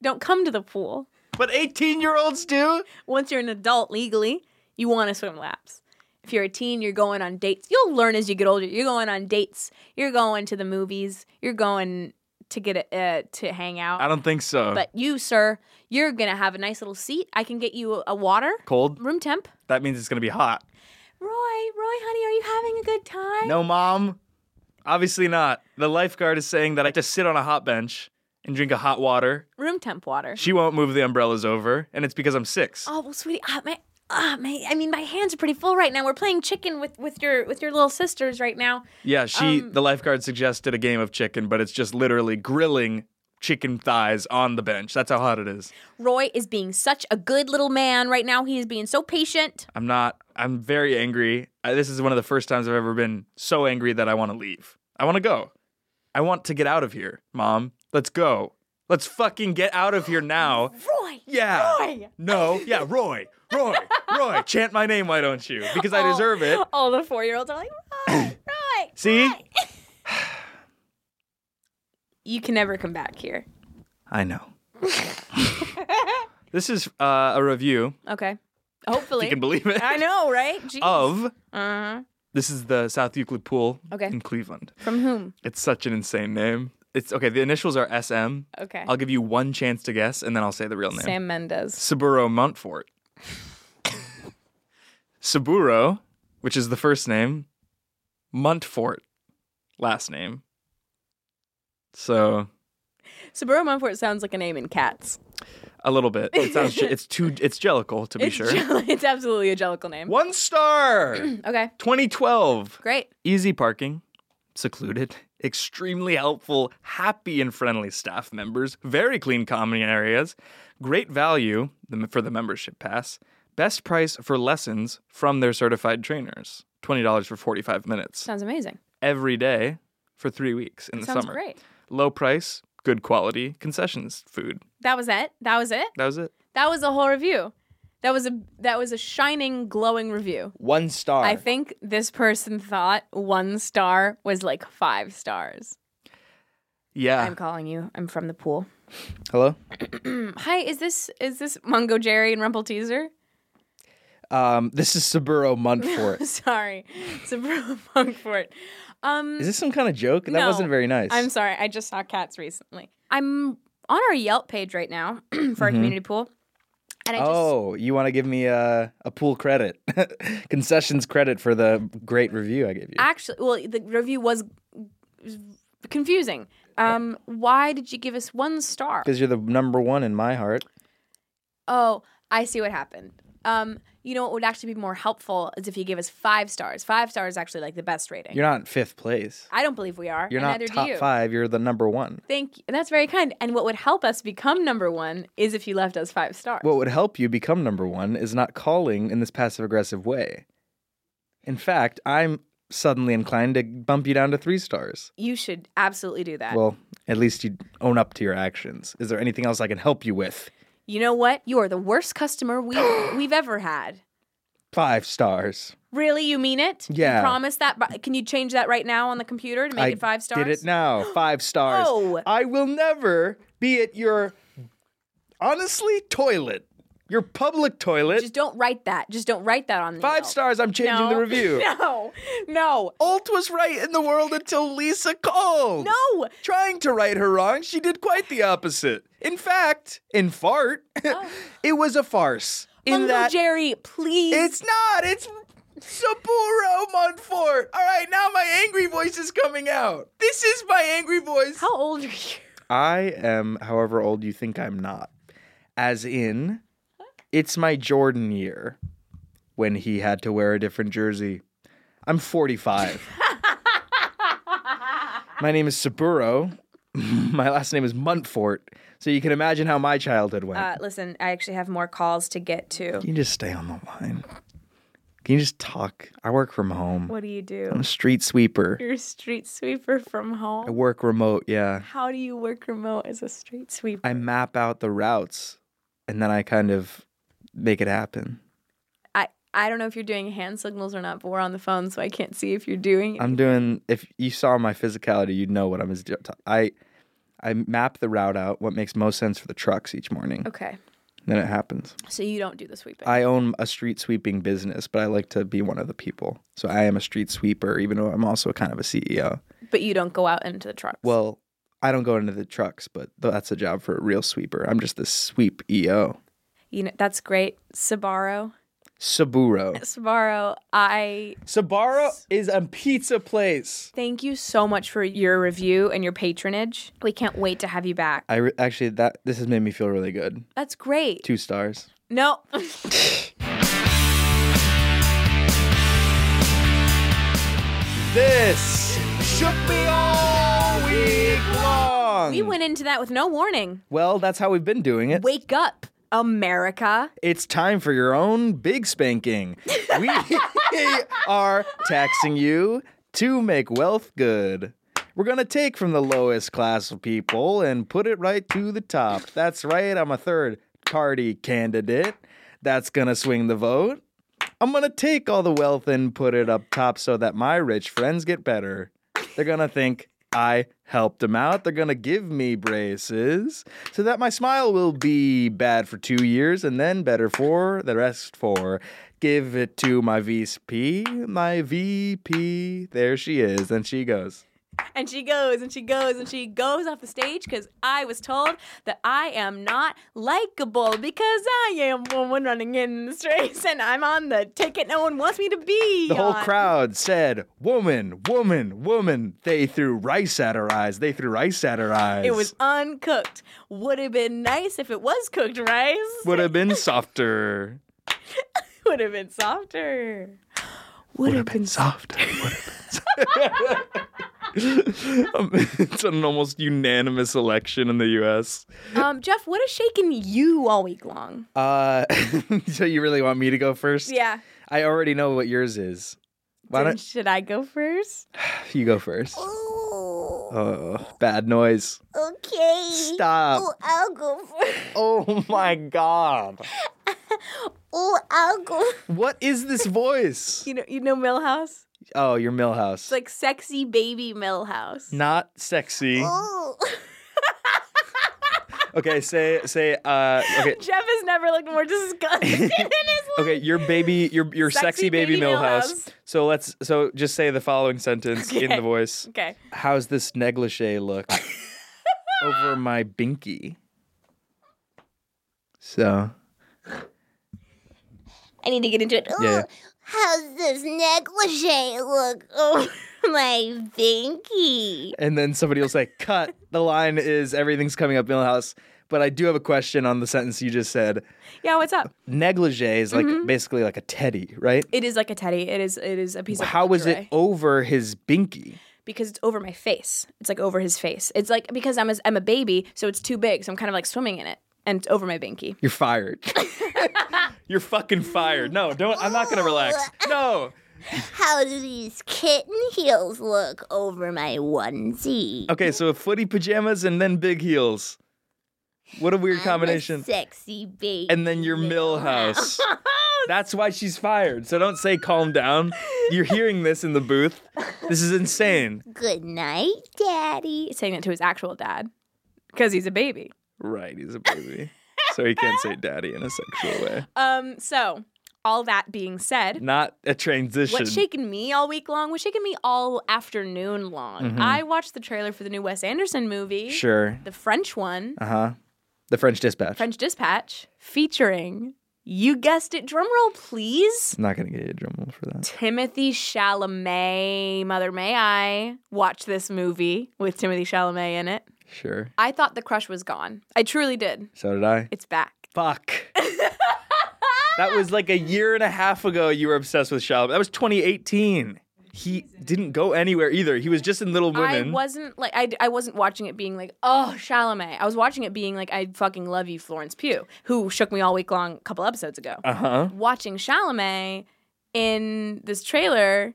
Speaker 4: don't come to the pool.
Speaker 3: But 18 year olds
Speaker 4: Oh.
Speaker 3: do?
Speaker 4: Once you're an adult legally, you want to swim laps. If you're a teen, you're going on dates. You'll learn as you get older. You're going on dates. You're going to the movies. You're going to get a, uh, to hang out.
Speaker 3: I don't think so.
Speaker 4: But you, sir, you're gonna have a nice little seat. I can get you a, a water,
Speaker 3: Cold?
Speaker 4: room temp.
Speaker 3: That means it's going to be hot.
Speaker 4: Roy, Roy, honey, are you having a good time?
Speaker 3: No, mom. Obviously not. The lifeguard is saying that I have to sit on a hot bench and drink a hot water.
Speaker 4: Room temp water.
Speaker 3: She won't move the umbrellas over, and it's because I'm six.
Speaker 4: Oh well, sweetie, ah, my, ah, my. I mean, my hands are pretty full right now. We're playing chicken with with your with your little sisters right now.
Speaker 3: Yeah, she,
Speaker 4: Um,
Speaker 3: the lifeguard suggested a game of chicken, but it's just literally grilling chicken thighs on the bench. That's how hot it is.
Speaker 4: Roy is being such a good little man right now. He is being so patient.
Speaker 3: I'm not. I'm very angry. I, this is one of the first times I've ever been so angry that I want to leave. I want to go. I want to get out of here, Mom. Let's go. Let's fucking get out of here now.
Speaker 4: Roy.
Speaker 3: Yeah.
Speaker 4: Roy.
Speaker 3: No. Yeah. Roy. Roy. Roy. Chant my name. Why don't you? Because
Speaker 4: Oh.
Speaker 3: I deserve it.
Speaker 4: All the four year olds are like,
Speaker 3: See?
Speaker 4: you can never come back here.
Speaker 3: I know. this is uh, a review
Speaker 4: Okay. Hopefully.
Speaker 3: You can believe it.
Speaker 4: I know, right? Jeez.
Speaker 3: of.
Speaker 4: Uh-huh.
Speaker 3: This is the South Euclid Pool
Speaker 4: Okay.
Speaker 3: in Cleveland.
Speaker 4: From whom?
Speaker 3: It's such an insane name. It's okay. The initials are SM.
Speaker 4: Okay.
Speaker 3: I'll give you one chance to guess, and then I'll say the real name.
Speaker 4: Sam Mendes.
Speaker 3: Saburo Montfort. Saburo, which is the first name, Montfort, last name. So
Speaker 4: Saburo Mumford sounds like a name in cats.
Speaker 3: a little bit. It sounds. ge- it's too. It's Jellicle to be
Speaker 4: it's
Speaker 3: sure.
Speaker 4: jell- it's absolutely a jellical name.
Speaker 3: One star.
Speaker 4: okay.
Speaker 3: 2012.
Speaker 4: Great.
Speaker 3: Easy parking, secluded, extremely helpful, happy and friendly staff members, very clean common areas, great value the- for the membership pass,
Speaker 12: Best price for lessons from their certified trainers $20 for 45 minutes.
Speaker 4: Sounds amazing.
Speaker 12: Every day for three weeks in
Speaker 4: That
Speaker 12: the
Speaker 4: sounds
Speaker 12: summer.
Speaker 4: great.
Speaker 12: Low price, good quality, concessions, food.
Speaker 4: That was it. That was it.
Speaker 12: That was it.
Speaker 4: That was the whole review. That was a that was a shining, glowing review.
Speaker 3: One star.
Speaker 4: I think this person thought one star was like five stars.
Speaker 12: Yeah.
Speaker 4: I'm calling you. I'm from the pool.
Speaker 3: Hello?
Speaker 4: Hi, is this is this Mungo Jerry and Rumple Teaser?
Speaker 3: Um, this is Saburo Mudfort.
Speaker 4: sorry, it's a Bro- Mungfort. Um,
Speaker 3: is this some kind of joke? That
Speaker 4: no.
Speaker 3: wasn't very nice.
Speaker 4: I'm sorry. I just saw cats recently. I'm on our Yelp page right now for our
Speaker 12: Mm-hmm.
Speaker 3: Mhm.
Speaker 4: community pool, and I just
Speaker 3: oh, you want to give me a, a pool credit, concessions credit for the great review I gave you.
Speaker 4: actually well the review was confusing um why did you give us one star
Speaker 3: Because you're the number one in my heart.
Speaker 4: oh i see what happened um you know what would actually be more helpful is if you gave us five stars five stars is actually like the best rating
Speaker 3: You're not in fifth place.
Speaker 4: i don't believe we are
Speaker 3: You're
Speaker 4: and
Speaker 3: not
Speaker 4: neither
Speaker 3: top
Speaker 4: do you
Speaker 3: five. You're the number one.
Speaker 4: thank you that's very kind and what would help us become number one is if you left us five stars
Speaker 3: What would help you become number one is not calling in this passive aggressive way. In fact, I'm suddenly inclined to bump you down to three stars.
Speaker 4: you should absolutely do that
Speaker 3: Well, at least you own up to your actions. Is there anything else I can help you with?
Speaker 4: you know what you are the worst customer we we've ever had
Speaker 3: Five stars.
Speaker 4: Really, you mean it?
Speaker 3: Yeah.
Speaker 4: You promise that? But Can you change that right now on the computer to make
Speaker 3: I
Speaker 4: it five stars?
Speaker 3: Did it now. Five stars.
Speaker 4: Oh.
Speaker 3: I will never be at your honestly toilet. Your public toilet.
Speaker 4: Just don't write that. Just don't write that on the
Speaker 3: Five stars, I'm changing
Speaker 4: no.
Speaker 3: the review.
Speaker 4: No, no.
Speaker 3: Alt was right in the world until Lisa called.
Speaker 4: No.
Speaker 3: Trying to right her wrong, she did quite the opposite. In fact, in fart, it was a farce. In
Speaker 4: Oh. Uncle
Speaker 3: that
Speaker 4: Jerry, please.
Speaker 3: It's not. It's Saburo Montfort. All right, now my angry voice is coming out. This is my angry voice.
Speaker 4: How old are you?
Speaker 3: I am however old you think I'm not. As in, it's my Jordan year when he had to wear a different jersey. I'm 45. my name is Saburo. my last name is Muntfort. So you can imagine how my childhood went.
Speaker 4: Uh, listen, I actually have more calls to get to.
Speaker 3: Can you just stay on the line? Can you just talk? I work from home.
Speaker 4: What do you do?
Speaker 3: I'm a street sweeper.
Speaker 4: You're a street sweeper from
Speaker 3: I
Speaker 4: home.
Speaker 3: work remote, yeah.
Speaker 4: How do you work remote as a street sweeper?
Speaker 3: I map out the routes and then I kind of make it happen.
Speaker 4: I I don't know if you're doing hand signals or not, but we're on the phone, so I can't see if you're doing it.
Speaker 3: I'm doing if you saw my physicality, you'd know what I'm is- I I map the route out, what makes most sense for the trucks each morning.
Speaker 4: Okay,
Speaker 3: Then it happens.
Speaker 4: so you don't do the sweeping.
Speaker 3: I own a street sweeping business, but I like to be one of the people. So I am a street sweeper, even though I'm also kind of a CEO.
Speaker 4: But you don't go out into the truck.
Speaker 3: Well, I don't go into the trucks, but th- that's a job for a real sweeper. I'm just the sweep E EO.
Speaker 4: You know that's great, Sabaro.
Speaker 3: Saburo.
Speaker 4: Sabaro, I
Speaker 3: Sabaro is a pizza place.
Speaker 4: thank you so much for your review and your patronage. We can't wait to have you back.
Speaker 3: I re- actually that this has made me feel really good.
Speaker 4: That's great.
Speaker 3: Two stars.
Speaker 4: No.
Speaker 3: This shook me all week long.
Speaker 4: we went into that with no warning.
Speaker 3: Well, that's how we've been doing it.
Speaker 4: Wake up, America.
Speaker 3: It's time for your own big spanking. We are taxing you to make wealth good. We're going to take from the lowest class of people and put it right to the top. That's right, I'm a third party candidate. That's going to swing the vote. I'm going to take all the wealth and put it up top so that my rich friends get better. They're going to think I helped them out. They're going to give me braces so that my smile will be bad for two years and then better for the rest four. Give it to my VP, my VP. There she is. And she goes.
Speaker 4: And she goes and she goes and she goes off the stage because I was told that I am not likable because I am woman running in this race and I'm on the ticket no one wants me to be.
Speaker 3: The whole
Speaker 4: on.
Speaker 3: crowd said, Woman, woman, woman. They threw rice at her eyes. They threw rice at her eyes.
Speaker 4: It was uncooked. Would have been nice if it was cooked rice.
Speaker 12: Would have been softer.
Speaker 4: Would have been softer. Would have been
Speaker 3: softer.
Speaker 12: Um, it's an almost unanimous election in the U.S.
Speaker 4: Um, Jeff, what has shaken you all week long?
Speaker 3: Uh, so you really want me to go first?
Speaker 4: Yeah.
Speaker 3: I already know what yours is. Why
Speaker 4: Then
Speaker 3: don't
Speaker 4: should I go first?
Speaker 3: you go first? Oh, bad noise.
Speaker 2: Okay.
Speaker 3: Stop.
Speaker 2: Oh, I'll go first.
Speaker 3: Oh my god.
Speaker 2: Oh, I'll go.
Speaker 3: What is this voice?
Speaker 4: You know, you know Millhouse.
Speaker 3: Oh, your Millhouse.
Speaker 4: It's like sexy baby Millhouse.
Speaker 3: Not sexy.
Speaker 4: Oh.
Speaker 3: Okay, say say uh okay.
Speaker 4: Jeff has never looked more disgusted.
Speaker 3: Okay, your baby your your sexy,
Speaker 4: Sexy
Speaker 3: baby,
Speaker 4: baby
Speaker 3: Millhouse.
Speaker 4: Millhouse.
Speaker 3: So let's so just say the following sentence in
Speaker 4: Okay.
Speaker 3: the voice.
Speaker 4: Okay.
Speaker 3: How's this negligee look over my binky? So
Speaker 2: I need to get into it. Oh,
Speaker 3: yeah.
Speaker 2: how's this negligee look? Oh, my binky.
Speaker 3: And then somebody will say, "Cut." The line is everything's coming up Millhouse. But I do have a question on the sentence you just said.
Speaker 4: yeah, what's up?
Speaker 3: Negligee is like
Speaker 2: Mm-hmm.
Speaker 4: Mhm.
Speaker 3: basically like a teddy, right?
Speaker 4: It is like a teddy. It is. It is a piece of.
Speaker 3: How was it
Speaker 4: lingerie.
Speaker 3: over his binky?
Speaker 4: Because it's over my face. It's like over his face. It's like because I'm a, I'm a baby, so it's too big. So I'm kind of like swimming in it, and it's over my binky.
Speaker 3: You're fired.
Speaker 12: You're fucking fired. No, don't. I'm not gonna relax. No.
Speaker 2: How do these kitten heels look over my onesie?
Speaker 3: Okay, so footy pajamas and then big heels. What a weird combination.
Speaker 2: Sexy baby.
Speaker 3: And then your mill house. That's why she's fired. So don't say calm down. You're hearing this in the booth. This is insane.
Speaker 2: Good night, Daddy.
Speaker 4: Saying it to his actual dad, because he's a baby.
Speaker 3: Right, he's a baby. So he can't say daddy in a sexual way.
Speaker 4: Um. So, all that being said,
Speaker 3: Not a transition.
Speaker 4: What's shaking me all week long was shaking me all afternoon long.
Speaker 3: Mhm.
Speaker 4: I watched the trailer for the new Wes Anderson movie.
Speaker 3: Sure.
Speaker 4: The French one,
Speaker 3: Uh huh. The French dispatch.
Speaker 4: French Dispatch, featuring, you guessed it, drumroll please,
Speaker 3: Not gonna get you a drum roll for that.
Speaker 4: Timothy Chalamet. Mother, may I watch this movie with Timothy Chalamet in it?
Speaker 3: Sure.
Speaker 4: I thought the crush was gone. I truly did.
Speaker 3: So did I.
Speaker 4: It's back.
Speaker 3: Fuck. that was like a year and a half ago you were obsessed with Shalom. That was 2018. He didn't go anywhere either. He was just in Little Women.
Speaker 4: I wasn't like I, I wasn't watching it being like oh Chalamet. I was watching it being like I fucking love you Florence Pugh, who shook me all week long a couple episodes ago.
Speaker 3: Uh-huh.
Speaker 4: Watching Chalamet in this trailer,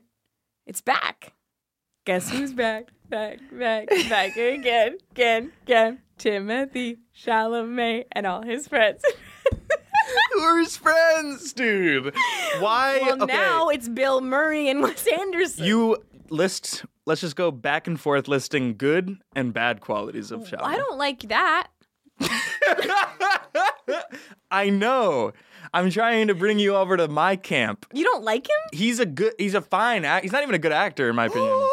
Speaker 4: it's back. Guess who's back? Back, back, back again, again, again. Timothy Chalamet and all his friends.
Speaker 3: Who are his friends, dude? Why?
Speaker 4: well,
Speaker 3: okay.
Speaker 4: now it's Bill Murray and Wes Anderson.
Speaker 12: You list. Let's just go back and forth listing good and bad qualities of Shalom.
Speaker 4: I don't like that.
Speaker 12: I know. I'm trying to bring you over to my camp.
Speaker 4: You don't like him?
Speaker 12: He's a good. He's a fine. Act, he's not even a good actor, in my opinion.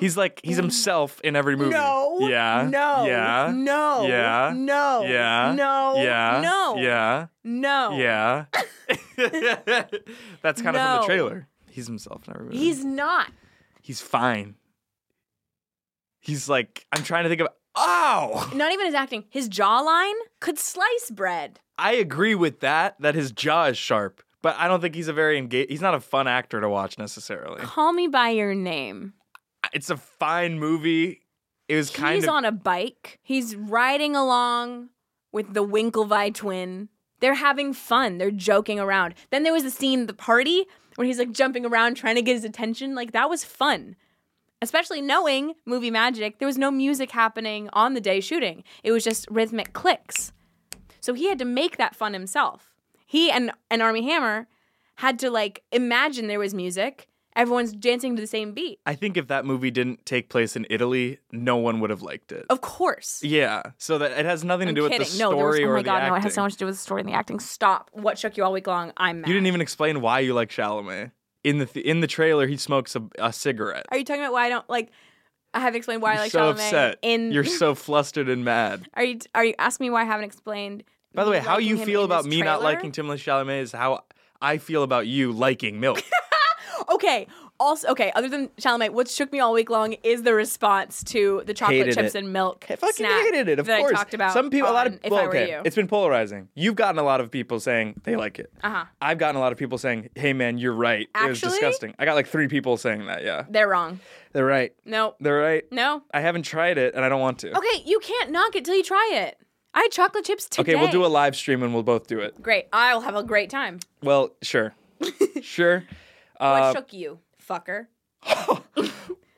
Speaker 12: he's like he's himself in every movie.
Speaker 2: No.
Speaker 12: Yeah.
Speaker 2: No.
Speaker 12: Yeah.
Speaker 2: No.
Speaker 12: Yeah.
Speaker 2: No.
Speaker 12: Yeah.
Speaker 2: No.
Speaker 12: Yeah.
Speaker 2: No. Oh.
Speaker 12: Yeah.
Speaker 4: No.
Speaker 12: Yeah. That's kind of from
Speaker 4: No.
Speaker 12: the trailer. He's himself in every movie.
Speaker 4: He's not.
Speaker 12: he's fine. He's like I'm trying to think of. Ow!
Speaker 4: Not even his acting. His jawline could slice bread.
Speaker 12: I agree with that. That his jaw is sharp, but I don't think he's a very engaged. He's not a fun actor to watch necessarily.
Speaker 4: Call me by your name.
Speaker 12: It's a fine movie. It was kind
Speaker 4: He's
Speaker 12: of
Speaker 4: on a bike. He's riding along with the Winklevi twin. They're having fun. They're joking around. Then there was the scene, the party, when he's like jumping around trying to get his attention. Like that was fun. Especially knowing movie magic, there was no music happening on the day shooting. It was just rhythmic clicks. So he had to make that fun himself. He and, and Army Hammer had to like imagine there was music. Everyone's dancing to the same beat.
Speaker 12: I think if that movie didn't take place in Italy, no one would have liked it.
Speaker 4: Of course.
Speaker 12: Yeah, so that it has nothing to
Speaker 4: I'm
Speaker 12: do
Speaker 4: kidding.
Speaker 12: with the story
Speaker 4: no, there was, oh
Speaker 12: or
Speaker 4: my
Speaker 12: the
Speaker 4: god,
Speaker 12: acting.
Speaker 4: no, it has so much to do with the story and the acting. Stop. What shook you all week long? I'm mad.
Speaker 12: you didn't even explain why you like Chalamet in the th- in the trailer. He smokes a, a cigarette.
Speaker 4: Are you talking about why I don't like? I have explained why
Speaker 12: You're
Speaker 4: I like
Speaker 12: so
Speaker 4: Chalamet
Speaker 12: upset.
Speaker 4: In
Speaker 12: You're so flustered and mad.
Speaker 4: are you are you asking me why I haven't explained?
Speaker 12: By the way,
Speaker 4: me
Speaker 12: how
Speaker 4: liking
Speaker 12: you
Speaker 4: him
Speaker 12: feel
Speaker 4: in
Speaker 12: about
Speaker 4: this
Speaker 12: me not
Speaker 4: trailer?
Speaker 12: liking Timothée Chalamet is how I feel about you liking milk.
Speaker 4: Okay, also okay. Other than Chalamet, what shook me all week long is the response to the chocolate
Speaker 12: Hated
Speaker 4: chips
Speaker 12: it.
Speaker 4: and milk.
Speaker 3: I fucking
Speaker 4: snack
Speaker 3: hated it. Of
Speaker 4: that
Speaker 3: course,
Speaker 4: I talked about.
Speaker 3: some people. A lot of
Speaker 4: on if
Speaker 3: well,
Speaker 4: I were
Speaker 3: okay,
Speaker 4: you.
Speaker 3: it's been polarizing.
Speaker 12: You've gotten a lot of people saying they like it.
Speaker 4: Uh huh.
Speaker 12: I've gotten a lot of people saying, "Hey, man, you're right. it was
Speaker 4: Actually?
Speaker 12: disgusting." I got like three people saying that. Yeah,
Speaker 4: They're wrong.
Speaker 12: they're right.
Speaker 4: No.
Speaker 12: They're right.
Speaker 4: No.
Speaker 12: I haven't tried it, and I don't want to.
Speaker 4: Okay, you can't knock it till you try it. I had chocolate chips today.
Speaker 12: Okay, we'll do a live stream and we'll both do it.
Speaker 4: Great. I'll have a great time.
Speaker 12: Well, sure, sure.
Speaker 4: What
Speaker 12: Uh,
Speaker 4: shook you, fucker?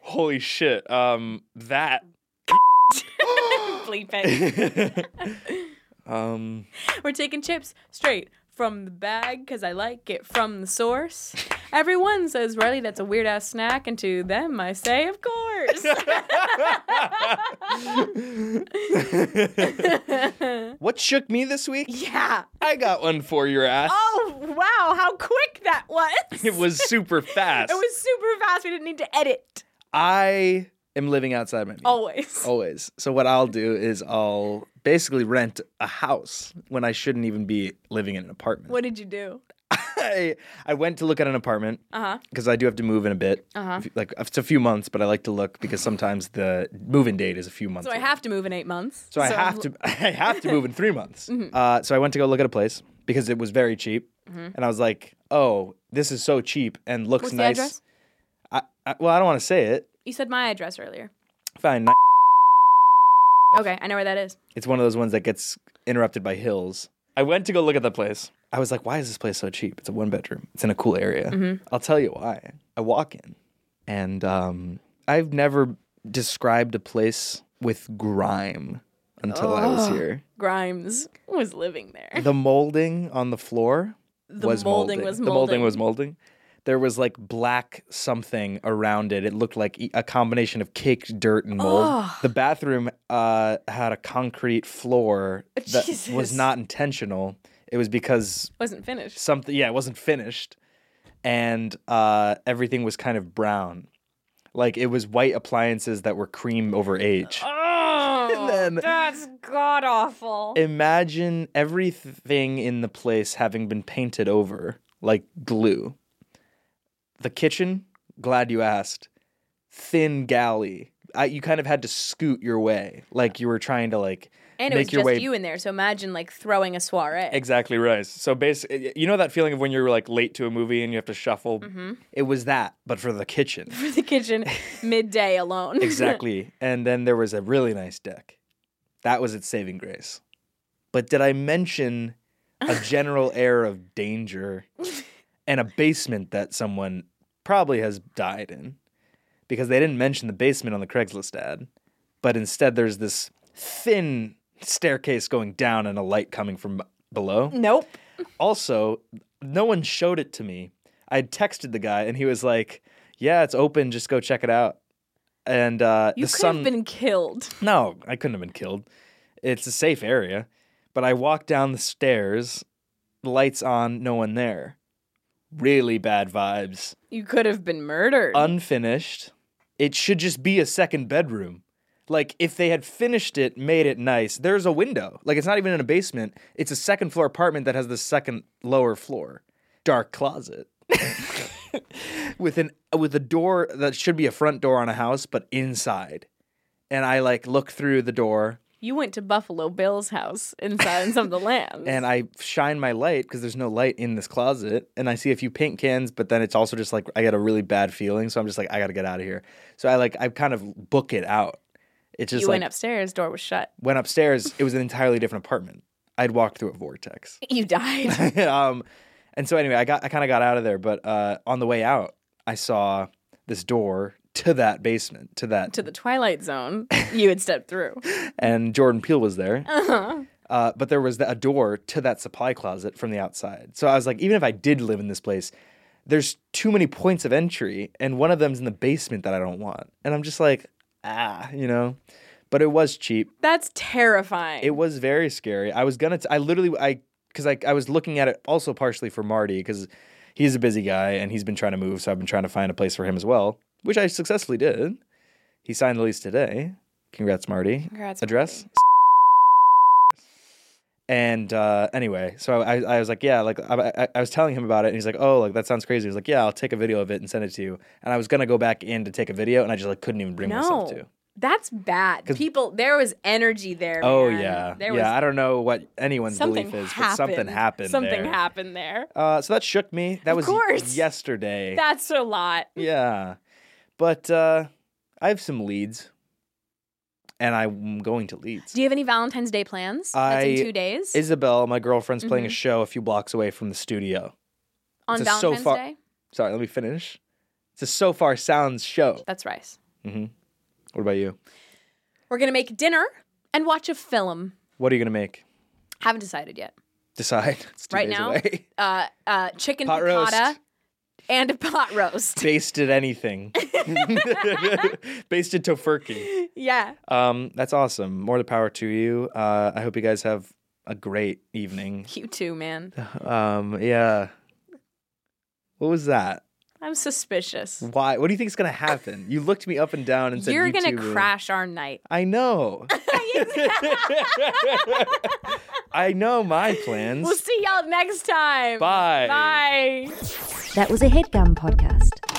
Speaker 12: holy shit. Um, that.
Speaker 4: Bleep it.
Speaker 12: um,
Speaker 4: We're taking chips straight from the bag because I like it from the source. Everyone says, Riley, that's a weird ass snack. And to them, I say, of course.
Speaker 3: What shook me this week?
Speaker 4: Yeah.
Speaker 3: I got one for your ass.
Speaker 4: oh, wow. How quick that was.
Speaker 3: It was super fast.
Speaker 4: It was super fast. We didn't need to edit.
Speaker 3: I am living outside my means.
Speaker 4: Oh, Always.
Speaker 3: Always. So what I'll do is I'll basically rent a house when I shouldn't even be living in an apartment.
Speaker 4: What did you do?
Speaker 3: I, I went to look at an apartment
Speaker 4: Uh huh.
Speaker 3: because I do have to move in a bit.
Speaker 4: Uh-huh.
Speaker 3: If- Like it's a few months, but I like to look because sometimes the move-in date is a few months.
Speaker 4: So I
Speaker 3: later.
Speaker 4: have to move in eight months.
Speaker 3: So I have to I have to move in three months.
Speaker 4: Mhm.
Speaker 3: Uh, so I went to go look at a place because it was very cheap,
Speaker 4: Mhm.
Speaker 3: and I was like, "Oh, this is so cheap and looks
Speaker 4: What's the
Speaker 3: nice."
Speaker 4: address?
Speaker 3: I, I, well, I don't want to say it.
Speaker 4: You said my address earlier.
Speaker 3: Fine.
Speaker 4: Okay, I know where that is.
Speaker 3: It's one of those ones that gets interrupted by hills.
Speaker 12: I went to go look at the place.
Speaker 3: I was like, "Why is this place so cheap? It's a one bedroom. It's in a cool area."
Speaker 4: Mhm.
Speaker 3: I'll tell you why. I walk in, and um, I've never described a place with grime until I was
Speaker 4: Ugh.
Speaker 3: here.
Speaker 4: Grimes was living there.
Speaker 3: the molding on the floor
Speaker 4: The
Speaker 3: was
Speaker 4: molding
Speaker 3: molding,
Speaker 4: was
Speaker 3: The molding was
Speaker 12: molding.
Speaker 3: molding. There was like black something around it. It looked like e- a combination of caked dirt and mold.
Speaker 12: Ugh.
Speaker 3: The bathroom uh, had a concrete floor that was
Speaker 4: Jesus.
Speaker 3: not intentional. It was because
Speaker 4: Wasn't finished.
Speaker 3: something, yeah, it wasn't finished, and uh, everything was kind of brown. Like it was white appliances that were cream over age.
Speaker 4: Oh,
Speaker 3: then-
Speaker 4: that's god awful.
Speaker 3: imagine everything in the place having been painted over like glue. The kitchen, glad you asked. Thin galley. I, you kind of had to scoot your way, like you were trying to like
Speaker 4: And it
Speaker 3: make
Speaker 4: was
Speaker 3: your
Speaker 4: just
Speaker 3: way.
Speaker 4: you in there, so imagine like throwing a soiree.
Speaker 12: Exactly right. So basically, you know that feeling of when you're like late to a movie and you have to shuffle.
Speaker 4: Mhm.
Speaker 3: It was that, but for the kitchen.
Speaker 4: For the kitchen midday alone.
Speaker 3: exactly. And then there was a really nice deck. That was its saving grace. But did I mention a general air of danger and a basement that someone probably has died in? Because they didn't mention the basement on the Craigslist ad, but instead there's this thin staircase going down and a light coming from b- below.
Speaker 4: Nope.
Speaker 3: Also, no one showed it to me. I had texted the guy and he was like, "Yeah, it's open. Just go check it out." And uh,
Speaker 4: you
Speaker 3: the
Speaker 4: could
Speaker 3: sun.
Speaker 4: have been killed.
Speaker 3: No, I couldn't have been killed. It's a safe area. But I walked down the stairs, lights on, no one there. Really bad vibes.
Speaker 4: You could have been murdered.
Speaker 3: Unfinished. It should just be a second bedroom. Like if they had finished it, made it nice. There's a window. Like it's not even in a basement. It's a second floor apartment that has the second lower floor, dark closet. with an with a door that should be a front door on a house but inside. And I like look through the door
Speaker 4: you went to Buffalo Bill's house inside in some of the lands.
Speaker 3: and I shine my light because there's no light in this closet, and I see a few paint cans, but then it's also just like I got a really bad feeling, so I'm just like I gotta get out of here. So I like I kind of book it out. It just
Speaker 4: you
Speaker 3: like
Speaker 4: went upstairs, door was shut.
Speaker 3: went upstairs. It was an entirely different apartment. I'd walked through a vortex.
Speaker 4: You died.
Speaker 3: um, and so anyway, I got I kind of got out of there, but uh, on the way out, I saw this door to that basement, to that,
Speaker 4: to the Twilight Zone. You had stepped through.
Speaker 3: and Jordan Peele was there.
Speaker 4: Uh-huh.
Speaker 3: Uh, but there was a door to that supply closet from the outside. So I was like, even if I did live in this place, there's too many points of entry, and one of them's in the basement that I don't want. And I'm just like, ah, you know. But it was cheap.
Speaker 4: That's terrifying.
Speaker 3: It was very scary. I was gonna. T- I literally. I because I I was looking at it also partially for Marty because he's a busy guy and he's been trying to move. So I've been trying to find a place for him as well, which I successfully did. He signed the lease today. Congrats, Marty.
Speaker 4: Congrats,
Speaker 3: Address. And uh, anyway, so I, I was like, yeah, like I, I, I was telling him about it, and he's like, oh, like that sounds crazy. He's like, yeah, I'll take a video of it and send it to you. And I was gonna go back in to take a video, and I just like couldn't even bring myself to.
Speaker 4: that's bad.
Speaker 3: 'Cause-
Speaker 4: People, there was energy there.
Speaker 3: Oh
Speaker 4: man.
Speaker 3: yeah,
Speaker 4: there
Speaker 3: yeah. I
Speaker 4: Was,
Speaker 3: don't know what anyone's
Speaker 4: something
Speaker 3: belief is,
Speaker 4: happened.
Speaker 3: but something happened.
Speaker 4: Something
Speaker 3: there.
Speaker 4: happened there.
Speaker 3: Uh, so that shook me. That
Speaker 4: Of
Speaker 3: was
Speaker 4: course.
Speaker 3: yesterday.
Speaker 4: That's a lot.
Speaker 3: yeah, but uh, I have some leads, and I'm going to Leeds.
Speaker 4: Do you have any Valentine's Day plans? That's in
Speaker 3: I-
Speaker 4: two days
Speaker 3: Isabel, my girlfriend's playing a
Speaker 4: Mhm.
Speaker 3: show a few blocks away from the studio.
Speaker 4: on
Speaker 3: it's a so
Speaker 4: Valentine's
Speaker 3: far-
Speaker 4: Day.
Speaker 3: Sorry, let me finish. It's a so far sounds show.
Speaker 4: That's rice.
Speaker 3: hmm What about you?
Speaker 4: We're gonna make dinner and watch a film.
Speaker 3: What are you gonna make?
Speaker 4: Haven't decided yet.
Speaker 3: Decide. It's two
Speaker 4: right
Speaker 3: days
Speaker 4: now,
Speaker 3: away.
Speaker 4: uh, uh, chicken
Speaker 3: Pot roast.
Speaker 4: piccata and a pot roast.
Speaker 3: Basted anything. Basted tofurkey.
Speaker 4: yeah.
Speaker 3: Um, that's awesome. More the power to you. Uh, I hope you guys have a great evening.
Speaker 4: You too, man.
Speaker 3: Um, yeah. What was that?
Speaker 4: I'm suspicious.
Speaker 3: Why? What do you think is gonna happen? You looked me up and down and said
Speaker 4: You're
Speaker 3: "You
Speaker 4: gonna
Speaker 3: too, Ruth."
Speaker 4: crash our night.
Speaker 3: I know. I know my plans.
Speaker 4: We'll see y'all next time.
Speaker 3: Bye.
Speaker 4: Bye.
Speaker 13: That was a headgum podcast.